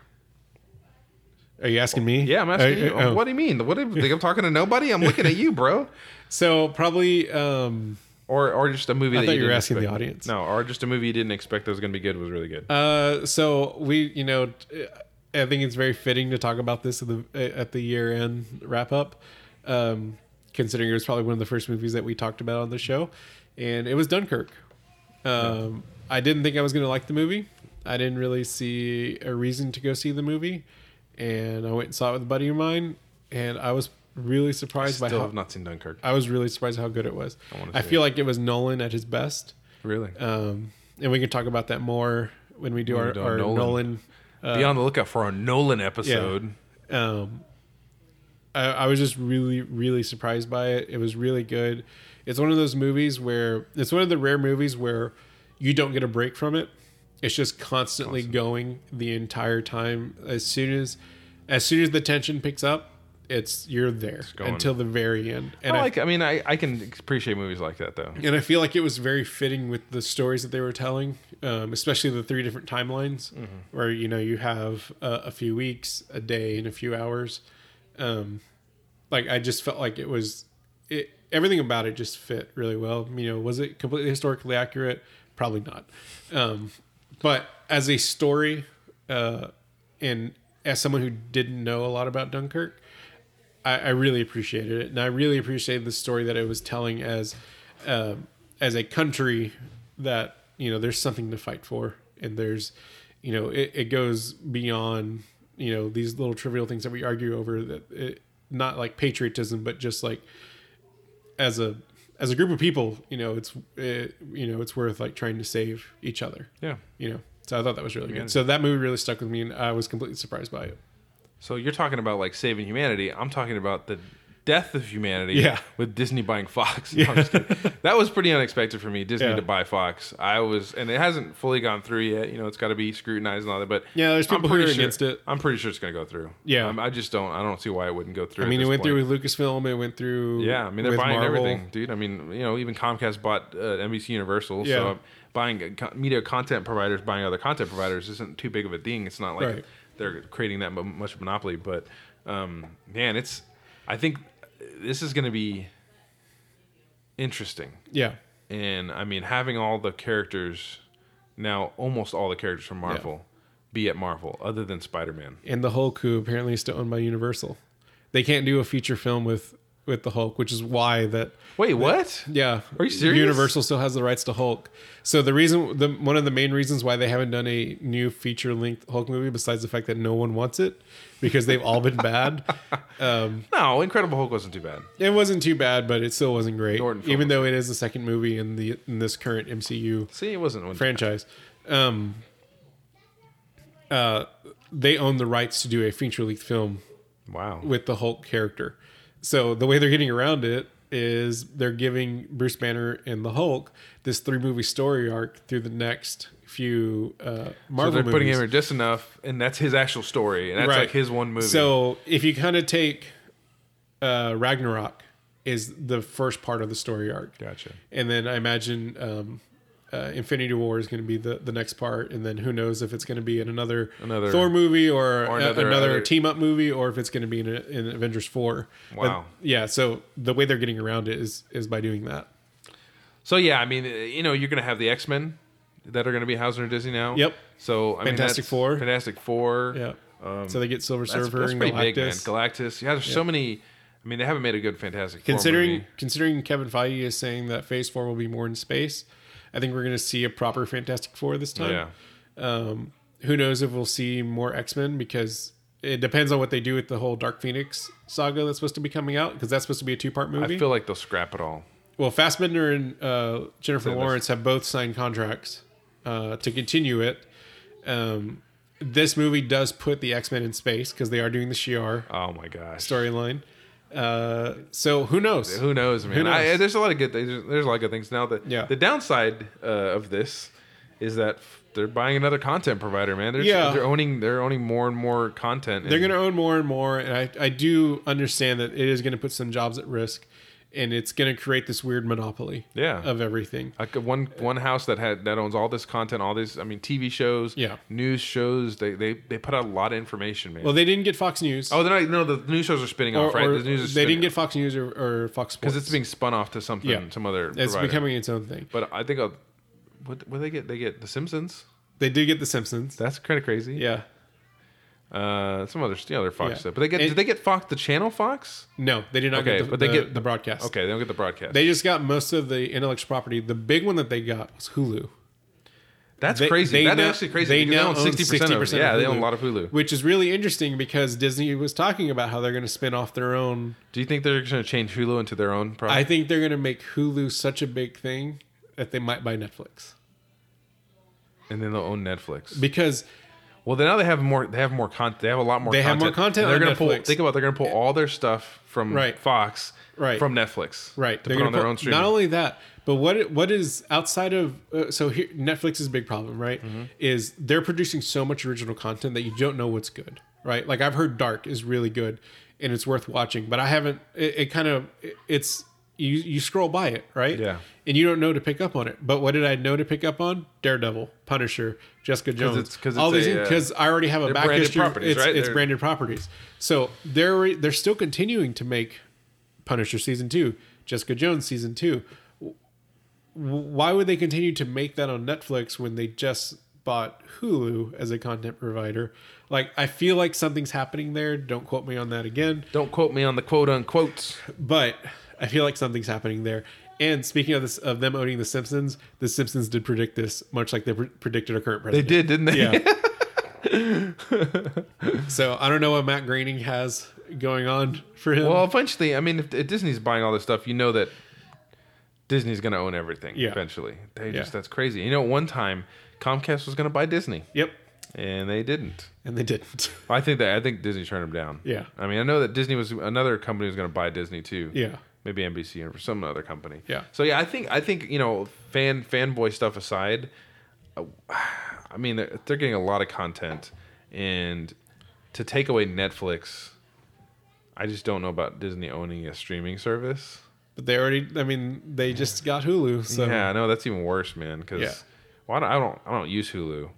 B: Are you asking me?
A: Yeah, I'm asking
B: Uh,
A: you.
B: uh, oh.
A: What do you mean? What do you think I'm talking to nobody? I'm looking at you, bro.
B: So probably um,
A: Or or just a movie.
B: I
A: that
B: thought
A: you
B: you were
A: didn't
B: asking the
A: expect.
B: audience.
A: No, or just a movie you didn't expect that was going to be good was really good.
B: Uh, so we, you know, t- I think it's very fitting to talk about this at the at the year end wrap up, um, considering it was probably one of the first movies that we talked about on the show, and it was Dunkirk. Um, I didn't think I was going to like the movie. I didn't really see a reason to go see the movie, and I went and saw it with a buddy of mine, and I was really surprised by
A: Still
B: how uh,
A: have not seen Dunkirk.
B: I was really surprised how good it was.
A: I wanna
B: I
A: see it.
B: feel like it was Nolan at his best.
A: Really.
B: Um, and we can talk about that more when we do
A: When
B: our,
A: we're doing
B: our
A: Nolan.
B: Nolan.
A: Be on the lookout for our Nolan episode.
B: Um, I, I was just really, really surprised by it. It was really good. It's one of those movies where it's one of the rare movies where you don't get a break from it. It's just constantly going the entire time. As soon as, as soon as the tension picks up, it's you're there
A: going.
B: until the very end. And
A: I
B: I
A: like. I mean, I, I can appreciate movies like that though.
B: and I feel like it was very fitting with the stories that they were telling, um, especially the three different timelines, where you know you have uh, a few weeks, a day, and a few hours. Um, like I just felt like it was it everything about it just fit really well. You know, was it completely historically accurate? Probably not. Um, but as a story, uh, and as someone who didn't know a lot about Dunkirk, I, I really appreciated it, and I really appreciated the story that it was telling as um, as a country that you know there's something to fight for, and there's you know it, it goes beyond you know these little trivial things that we argue over that it, not like patriotism, but just like as a as a group of people, you know, it's it, you know it's worth like trying to save each other,
A: Yeah.
B: you know. So I thought that was really good. So that movie really stuck with me, and I was completely surprised by it.
A: So you're talking about like saving humanity. I'm talking about the death of humanity.
B: Yeah.
A: With Disney buying Fox. No, I'm just kidding. that was pretty unexpected for me. Disney
B: Yeah.
A: to buy Fox. I was, and it hasn't fully gone through yet. You know, it's got to be scrutinized and all that. But
B: Yeah, there's
A: I'm
B: people who
A: pretty
B: are
A: sure-
B: against it.
A: I'm pretty sure it's gonna go through.
B: Yeah.
A: Um, I just don't. I don't see why it wouldn't go through.
B: I mean, it went through with Lucasfilm. It went through.
A: Yeah, I mean they're
B: with
A: buying
B: Marvel.
A: everything, dude. I mean, you know, even Comcast bought uh, NBC Universal.
B: Yeah.
A: So buying uh, co- media content providers, buying other content providers isn't too big of a thing. It's not like
B: Right.
A: they're creating that mo- much of a monopoly. But um, man, it's. I think this is going to be interesting,
B: Yeah,
A: and I mean, having all the characters now, almost all the characters from Marvel, be at Marvel, other than Spider Man.
B: and the Hulk, who apparently is still owned by Universal, they can't do a feature film with with the Hulk, which is why that.
A: Wait, what?
B: Yeah,
A: Are you serious?
B: Universal still has the rights to Hulk. So the reason, the one of the main reasons why they haven't done a new feature length Hulk movie, besides the fact that no one wants it, because they've all been bad. Um,
A: No, Incredible Hulk wasn't too bad.
B: it wasn't too bad, but it still wasn't great.
A: Jordan film
B: Even though it is the second movie in the in this current MCU
A: See, it wasn't.
B: franchise. Um, uh, they own the rights to do a feature length film
A: Wow.
B: with the Hulk character. So the way they're getting around it is they're giving Bruce Banner and the Hulk this three movie story arc through the next few uh,
A: So they're
B: Marvel movies.
A: putting him in just enough, and that's his actual story, and that's
B: Right.
A: like his one movie.
B: So if you kind of take uh, Ragnarok is the first part of the story arc,
A: gotcha.
B: and then I imagine um, uh, Infinity War is going to be the, the next part, and then who knows if it's going to be in another,
A: Another-
B: Thor movie or, a- another,
A: another- other-
B: team up movie, or if it's going to be in, a, in Avengers four. But
A: Wow.
B: yeah, so the way they're getting around it is is by doing that.
A: So yeah, I mean, uh, you know, you're gonna have the X Men that are gonna be housed under Disney now.
B: Yep.
A: So I mean,
B: Fantastic
A: that's-
B: Four.
A: Fantastic Four.
B: Yeah. so they get Silver
A: Um, That's,
B: Surfer
A: that's
B: and
A: pretty big, man.
B: Galactus.
A: Galactus. Yeah, there's so many. I mean, they haven't made a good Fantastic Four
B: considering
A: movie.
B: considering Kevin Feige is saying that Phase Four will be more in space, I think we're going to see a proper Fantastic Four this time.
A: Yeah.
B: Um, who knows if we'll see more X Men because it depends on what they do with the whole Dark Phoenix saga that's supposed to be coming out because that's supposed to be a two part movie.
A: I feel like they'll scrap it all.
B: well, Fassbender and uh, Jennifer
A: Yeah, that's-
B: Lawrence have both signed contracts uh, to continue it. Um, this movie does put the X Men in space because they are doing the Shi'ar
A: Oh my gosh.
B: storyline. Uh, so who knows?
A: Who knows, man? I,
B: knows?
A: there's a lot of good things. There's a lot of good things now. The
B: Yeah.
A: the downside uh, of this is that f- they're buying another content provider, man. They're,
B: Yeah.
A: they're owning they're owning more and more content.
B: They're going to own more and more, and I, I do understand that it is going to put some jobs at risk, and it's going to create this weird monopoly
A: Yeah.
B: of everything.
A: like one one house that had that owns all this content, all these I mean TV shows,
B: Yeah.
A: news shows. They they they put out a lot of information, man.
B: Well, they didn't get Fox News.
A: oh, they're not, no, the news shows are spinning
B: or,
A: off, right?
B: or
A: The news is
B: they didn't get Fox News or, or Fox Sports.
A: because it's being spun off to something,
B: Yeah.
A: some other.
B: It's
A: provider.
B: becoming its own thing.
A: But I think, uh, what what they get? They get The Simpsons.
B: They did get The Simpsons.
A: That's kind of crazy.
B: Yeah.
A: Uh, some other the other Fox
B: Yeah.
A: stuff. But they get
B: And-
A: did they get Fox the channel Fox?
B: No, they did not
A: Okay,
B: get, the,
A: but they
B: the-
A: get-
B: the broadcast.
A: Okay, they don't get the broadcast.
B: They just got most of the intellectual property. The big one that they got was Hulu.
A: That's
B: They-
A: crazy.
B: they
A: That's
B: now-
A: actually crazy.
B: They
A: because
B: now
A: own 60% of it. Yeah, they own a lot of Hulu.
B: which is really interesting because Disney was talking about how they're going to spin off their own
A: Do you think they're going to change Hulu into their own product?
B: I think they're going to make Hulu such a big thing that they might buy Netflix
A: and then they'll own Netflix.
B: because
A: Well, then now they have more. They have more content. They have a lot more.
B: They have
A: content.
B: more content
A: And They're gonna
B: on
A: pull.
B: Netflix.
A: Think about. They're going to pull all their stuff from
B: Right.
A: Fox.
B: Right.
A: From Netflix.
B: right
A: To
B: they're
A: put
B: gonna
A: on their
B: put-
A: own streaming.
B: Not only that, but what what is outside of uh, so here Netflix's big problem right
A: Mm-hmm.
B: is they're producing so much original content that you don't know what's good right. Like I've heard Dark is really good and it's worth watching, but I haven't. It, it kind of it- it's you you scroll by it right
A: Yeah.
B: and you don't know to pick up on it. But what did I know to pick up on? Daredevil, Punisher, Jessica Jones,
A: it's- 'cause
B: all
A: it's
B: these
A: a, uh,
B: because I already have a back
A: branded
B: history.
A: properties,
B: it's
A: right?
B: it's
A: They're-
B: branded properties. So they're they're still continuing to make Punisher season two, Jessica Jones season two. W- Why would they continue to make that on Netflix when they just bought Hulu as a content provider? Like I feel like something's happening there. Don't quote me on that again,
A: Don't quote me on the quote unquotes.
B: but I feel like something's happening there. And speaking of this, of them owning The Simpsons, The Simpsons did predict this, much like they pre- predicted our current
A: They
B: president.
A: did, didn't they?
B: Yeah. so I don't know what Matt Groening has going on for him.
A: Well, eventually, I mean, if, if Disney's buying all this stuff, you know that Disney's going to own everything
B: Yeah.
A: eventually. They
B: Yeah.
A: just that's crazy. You know, one time Comcast was going to buy Disney,
B: yep,
A: and they didn't.
B: and they didn't.
A: I think that I think Disney turned them down.
B: Yeah.
A: I mean, I know that Disney was another company was going to buy Disney too.
B: Yeah.
A: Maybe NBC or some other company.
B: Yeah.
A: So yeah, I think I think you know fan fanboy stuff aside, uh, I mean they're, they're getting a lot of content, and to take away Netflix, I just don't know about Disney owning a streaming service.
B: But they already, I mean, they just got Hulu. So
A: yeah, no, that's even worse, man. Because
B: Um, Yeah.
A: well, I don't, I don't I don't use Hulu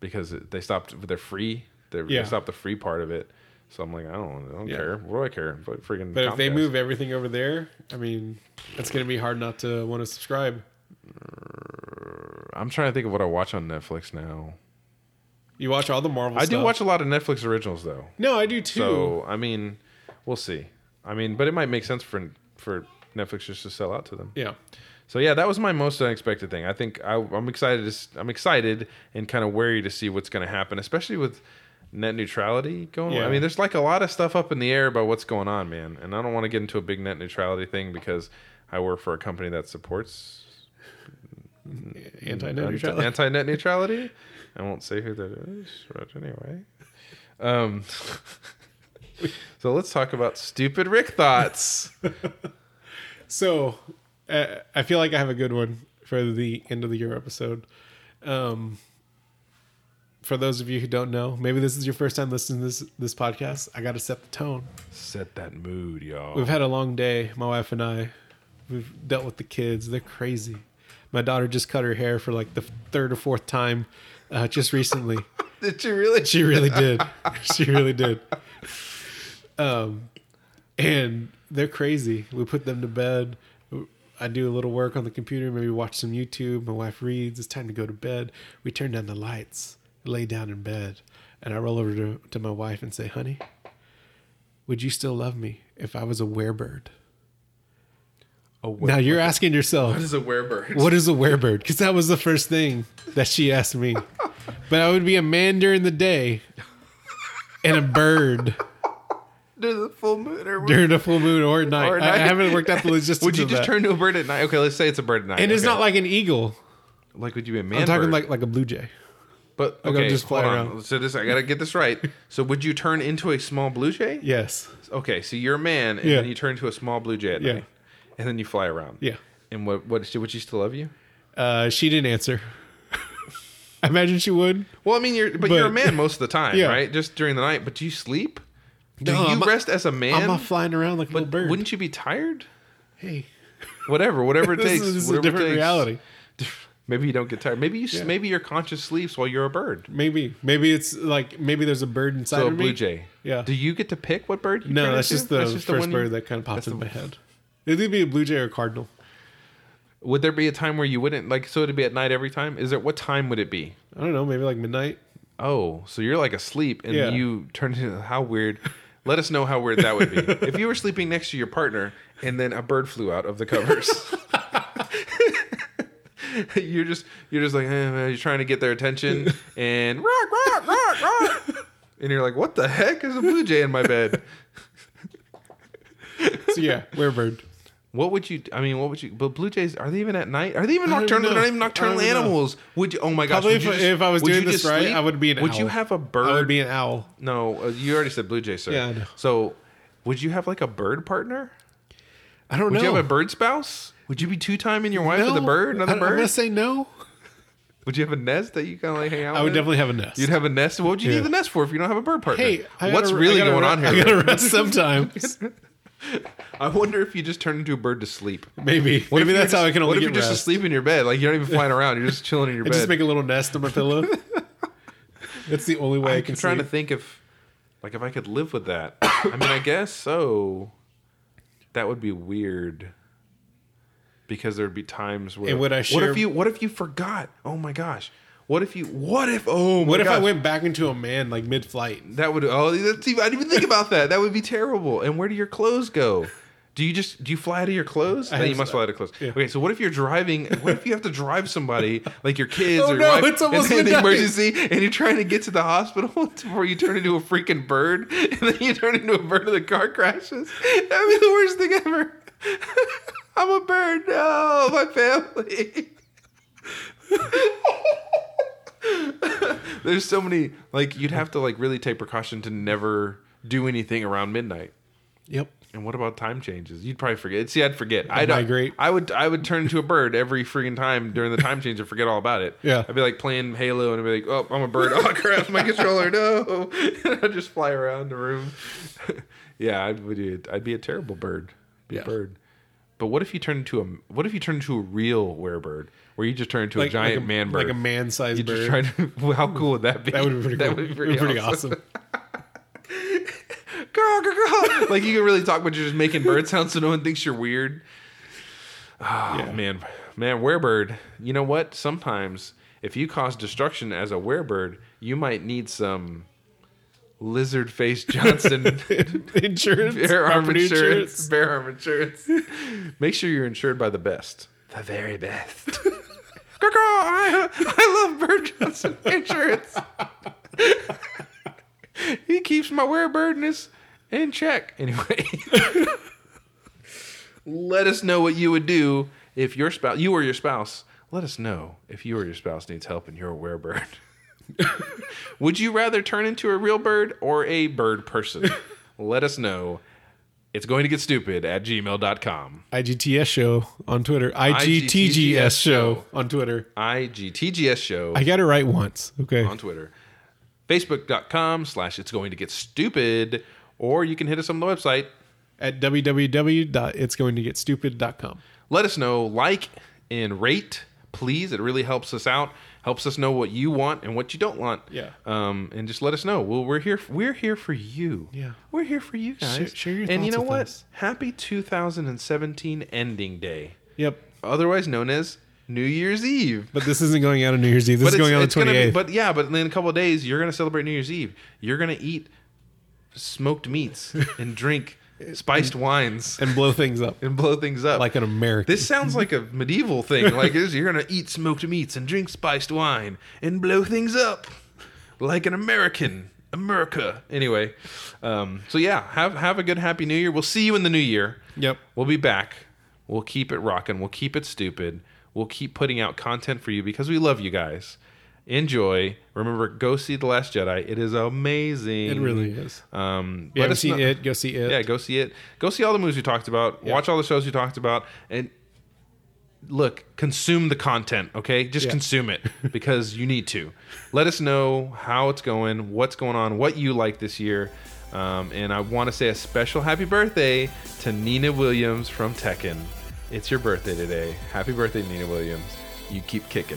A: because it- they stopped they're free. They're,
B: Yeah.
A: They stopped the free part of it. So I'm like, I don't, I don't
B: Yeah.
A: care. What do I care? But freaking.
B: but if they
A: Comcast.
B: move everything over there, I mean, it's going to be hard not to want to subscribe.
A: I'm trying to think of what I watch on Netflix now.
B: You watch all the Marvel
A: I
B: stuff.
A: do watch a lot of Netflix originals though.
B: No, I do too.
A: So I mean, we'll see. I mean, but it might make sense for for Netflix just to sell out to them.
B: yeah.
A: So yeah, that was my most unexpected thing. I think I, I'm excited. To, s- I'm excited and kind of wary to see what's going to happen, especially with net neutrality going. on.
B: Yeah.
A: I mean, there's like a lot of stuff up in the air about what's going on, man. And I don't want to get into a big net neutrality thing because I work for a company that supports uh,
B: Anti neutrality.
A: anti net neutrality. I won't say who that is, but anyway. Um, so let's talk about stupid Rick thoughts.
B: So uh, I feel like I have a good one for the end of the year episode. Um, for those of you who don't know, maybe this is your first time listening to this this podcast. I got to set the tone.
A: Set that mood, y'all.
B: We've had a long day, my wife and I. We've dealt with the kids. They're crazy. My daughter just cut her hair for like the third or fourth time uh, just recently.
A: Did you really?
B: She really did. she really did. Um, and they're crazy. We put them to bed. I do a little work on the computer, maybe watch some YouTube. My wife reads. It's time to go to bed. We turn down the lights, lay down in bed, and I roll over to, to my wife and say, "Honey, would you still love me if I was a werebird?"
A: A were-
B: Now you're asking yourself,
A: What is a werebird?
B: what is a werebird? Because that was the first thing that she asked me. But I would be a man during the day and a bird
A: There's a full moon or
B: during a full moon or at night.
A: Or at
B: I- I,
A: night.
B: haven't worked out the logistics.
A: Would you
B: of
A: just
B: that.
A: turn to a bird at night? Okay, let's say it's a bird at night.
B: And it's
A: Okay.
B: not like an eagle.
A: like would you be a man?
B: I'm talking
A: bird?
B: like like a blue jay.
A: but
B: I'm
A: okay,
B: just
A: hold
B: flying
A: on. So this I gotta get this right. So would you turn into a small blue jay?
B: Yes.
A: Okay, so you're a man, and
B: Yeah.
A: then you turn into a small blue jay at
B: Yeah.
A: night, and then you fly around.
B: Yeah.
A: And what what would she still love you?
B: Uh, she didn't answer. I imagine she would.
A: Well, I mean, you're but, you're a
B: But-
A: man most of the time,
B: Yeah.
A: right? Just during the night. But do you sleep? Do
B: No,
A: you
B: I'm a-
A: rest as a man?
B: I'm not flying around like a little
A: but
B: bird.
A: wouldn't you be tired?
B: hey,
A: Whatever, whatever it
B: this
A: takes.
B: is, this is
A: whatever
B: a
A: it
B: different
A: takes.
B: reality.
A: Maybe you don't get tired. Maybe you s maybe your conscious sleeps while you're a bird.
B: Maybe, maybe it's like maybe there's a bird inside
A: So a
B: of me.
A: blue jay.
B: Yeah.
A: Do you get to pick what bird? You
B: No,
A: turn
B: that's
A: into?
B: just the first
A: one you-
B: bird that kind of popped
A: that's
B: in
A: the-
B: my head. It'd either be a blue jay or a cardinal.
A: Would there be a time where you wouldn't like? So it'd be at night every time. Is there what time would it be?
B: I don't know, maybe like midnight.
A: Oh, so you're like asleep and
B: Yeah.
A: you turn into how weird. Let us know how weird that would be. if you were sleeping next to your partner and then a bird flew out of the covers. you're just you're just like eh, eh, you're trying to get their attention and rock rock rock rock and you're like what the heck is a blue jay in my bed
B: So yeah, we're a bird.
A: what would you i mean what would you but blue jays are they even at night are they even
B: I don't
A: nocturnal
B: know.
A: they're not even
B: I don't
A: nocturnal
B: know.
A: animals would you oh my gosh
B: Probably
A: would you
B: if- if I was
A: would
B: doing
A: you
B: this
A: just
B: right, I would be an
A: would you
B: owl.
A: have a bird
B: I would be an owl.
A: No, uh, you already said blue jay, sir.
B: Yeah, I know.
A: So, would you have like a bird partner?
B: I don't
A: Would
B: know.
A: you have a bird spouse? Would you be two timing your wife with a bird,
B: I,
A: another
B: I'm
A: bird?
B: gonna say no.
A: would you have a nest that you kind of like hang out?
B: I would
A: with?
B: definitely have a nest.
A: You'd have a nest. What would you
B: Yeah.
A: need the nest for if you don't have a bird partner?
B: hey, I
A: what's
B: gotta-
A: really
B: I gotta
A: going
B: re-
A: on
B: I
A: here?
B: gotta rest sometimes.
A: I wonder if you just turn into a bird to sleep.
B: Maybe,
A: What if
B: maybe
A: you're
B: that's
A: just-
B: how I can only
A: What if
B: get
A: you're just
B: rest.
A: asleep in your bed? Like you're not even flying around. You're just chilling in your
B: I
A: bed.
B: just make a little nest on my pillow. that's the only way I,
A: I'm
B: can
A: trying
B: sleep.
A: to think if, like, if I could live with that. I mean, I guess so. That would be weird. Because there'd be times where.
B: And would I
A: What
B: share-
A: if you? What if you forgot? Oh my gosh! What if you? What if? Oh my
B: what if I
A: gosh.
B: went back into a man like mid-flight?
A: That would. Oh, that's even, I didn't even think about that. That would be terrible. And where do your clothes go? Do you just do you fly out of your clothes? No,
B: have
A: you must
B: some-
A: fly out of clothes. Okay, so what if you're driving? What if you have to drive somebody, like your kids
B: Oh
A: or your
B: no,
A: wife,
B: it's almost
A: in an
B: midnight.
A: emergency, and you're trying to get to the hospital before you turn into a freaking bird, and then you turn into a bird and the car crashes? That'd be the worst thing ever. I'm a bird. No, my family. There's so many like you'd have to like really take precaution to never do anything around midnight.
B: Yep.
A: And what about time changes? You'd probably forget. See, I'd forget. I'd uh,
B: migrate.
A: I would. I would turn into a bird every freaking time during the time change and forget all about it.
B: Yeah.
A: I'd be like playing Halo and I'd be like, "Oh, I'm a bird. Oh crap, my controller. No!" And I'd just fly around the room. yeah, I would. Be a, I'd be a terrible bird. Be a
B: Yeah.
A: bird. But what if you turn into a? What if you turn into a real werebird, where you just turn into a giant
B: a,
A: man bird,
B: like a man-sized
A: You just
B: bird.
A: try to. well, How cool would that be?
B: that would be pretty.
A: That
B: cool.
A: would be pretty, awesome.
B: awesome.
A: Girl, girl, girl. like you can really talk, but you're just making bird sounds so no one thinks you're weird. Oh,
B: Yeah.
A: man, man, werebird. You know what? Sometimes if you cause destruction as a werebird, you might need some lizard face Johnson.
B: insurance,
A: Bear arm
B: property
A: insurance. Bear arm insurance. Make sure you're insured by the best. The very best. Girl, I, I love Bird Johnson Insurance. he keeps my werebirdness in check. Anyway, let us know what you would do if your spouse, you or your spouse, let us know if you or your spouse needs help and you're a werebird. would you rather turn into a real bird or a bird person? let us know It's going to get stupid at gmail.com.
B: IGTS show on Twitter. IGTGS show on Twitter.
A: IGTGS show
B: I got it right once. Okay.
A: on Twitter. Facebook.com slash it's going to get stupid. Or you can hit us on the website.
B: At www.itsgoingtogetstupid.com.
A: Let us know, like and rate, please. It really helps us out. Helps us know what you want and what you don't want.
B: Yeah.
A: Um, and just let us know. Well, we're here. We're here for you.
B: Yeah.
A: We're here for you guys.
B: share your
A: And you
B: thoughts
A: know
B: with
A: what?
B: us.
A: Happy 2017 ending day,
B: Yep.
A: otherwise known as New Year's Eve.
B: But this isn't going out on New Year's Eve. This is
A: it's-
B: going out on
A: it's
B: the
A: gonna be-
B: 28th.
A: But yeah, but in a couple of days, you're gonna celebrate New Year's Eve. You're gonna eat smoked meats and drink spiced wines
B: and blow things up
A: and blow things up.
B: like an American.
A: this sounds like a medieval thing. Like this, you're gonna eat smoked meats and drink spiced wine and blow things up like an American. America. Anyway, um, so yeah, have have a good happy New Year. We'll see you in the new year.
B: Yep.
A: We'll be back. We'll keep it rocking. We'll keep it stupid. We'll keep putting out content for you because we love you guys. Enjoy. Remember, go see The Last Jedi. It is amazing.
B: It really is.
A: Um,
B: You
A: let
B: haven't
A: us
B: seen
A: know-
B: it? Go see it.
A: Yeah, go see it. Go see all the movies we talked about. Watch all the shows we talked about. And look, consume the content, okay? Just consume it because you need to. Let us know how it's going, what's going on, what you like this year. Um, and I want to say a special happy birthday to Nina Williams from Tekken. It's your birthday today. Happy birthday, Nina Williams. You keep kicking.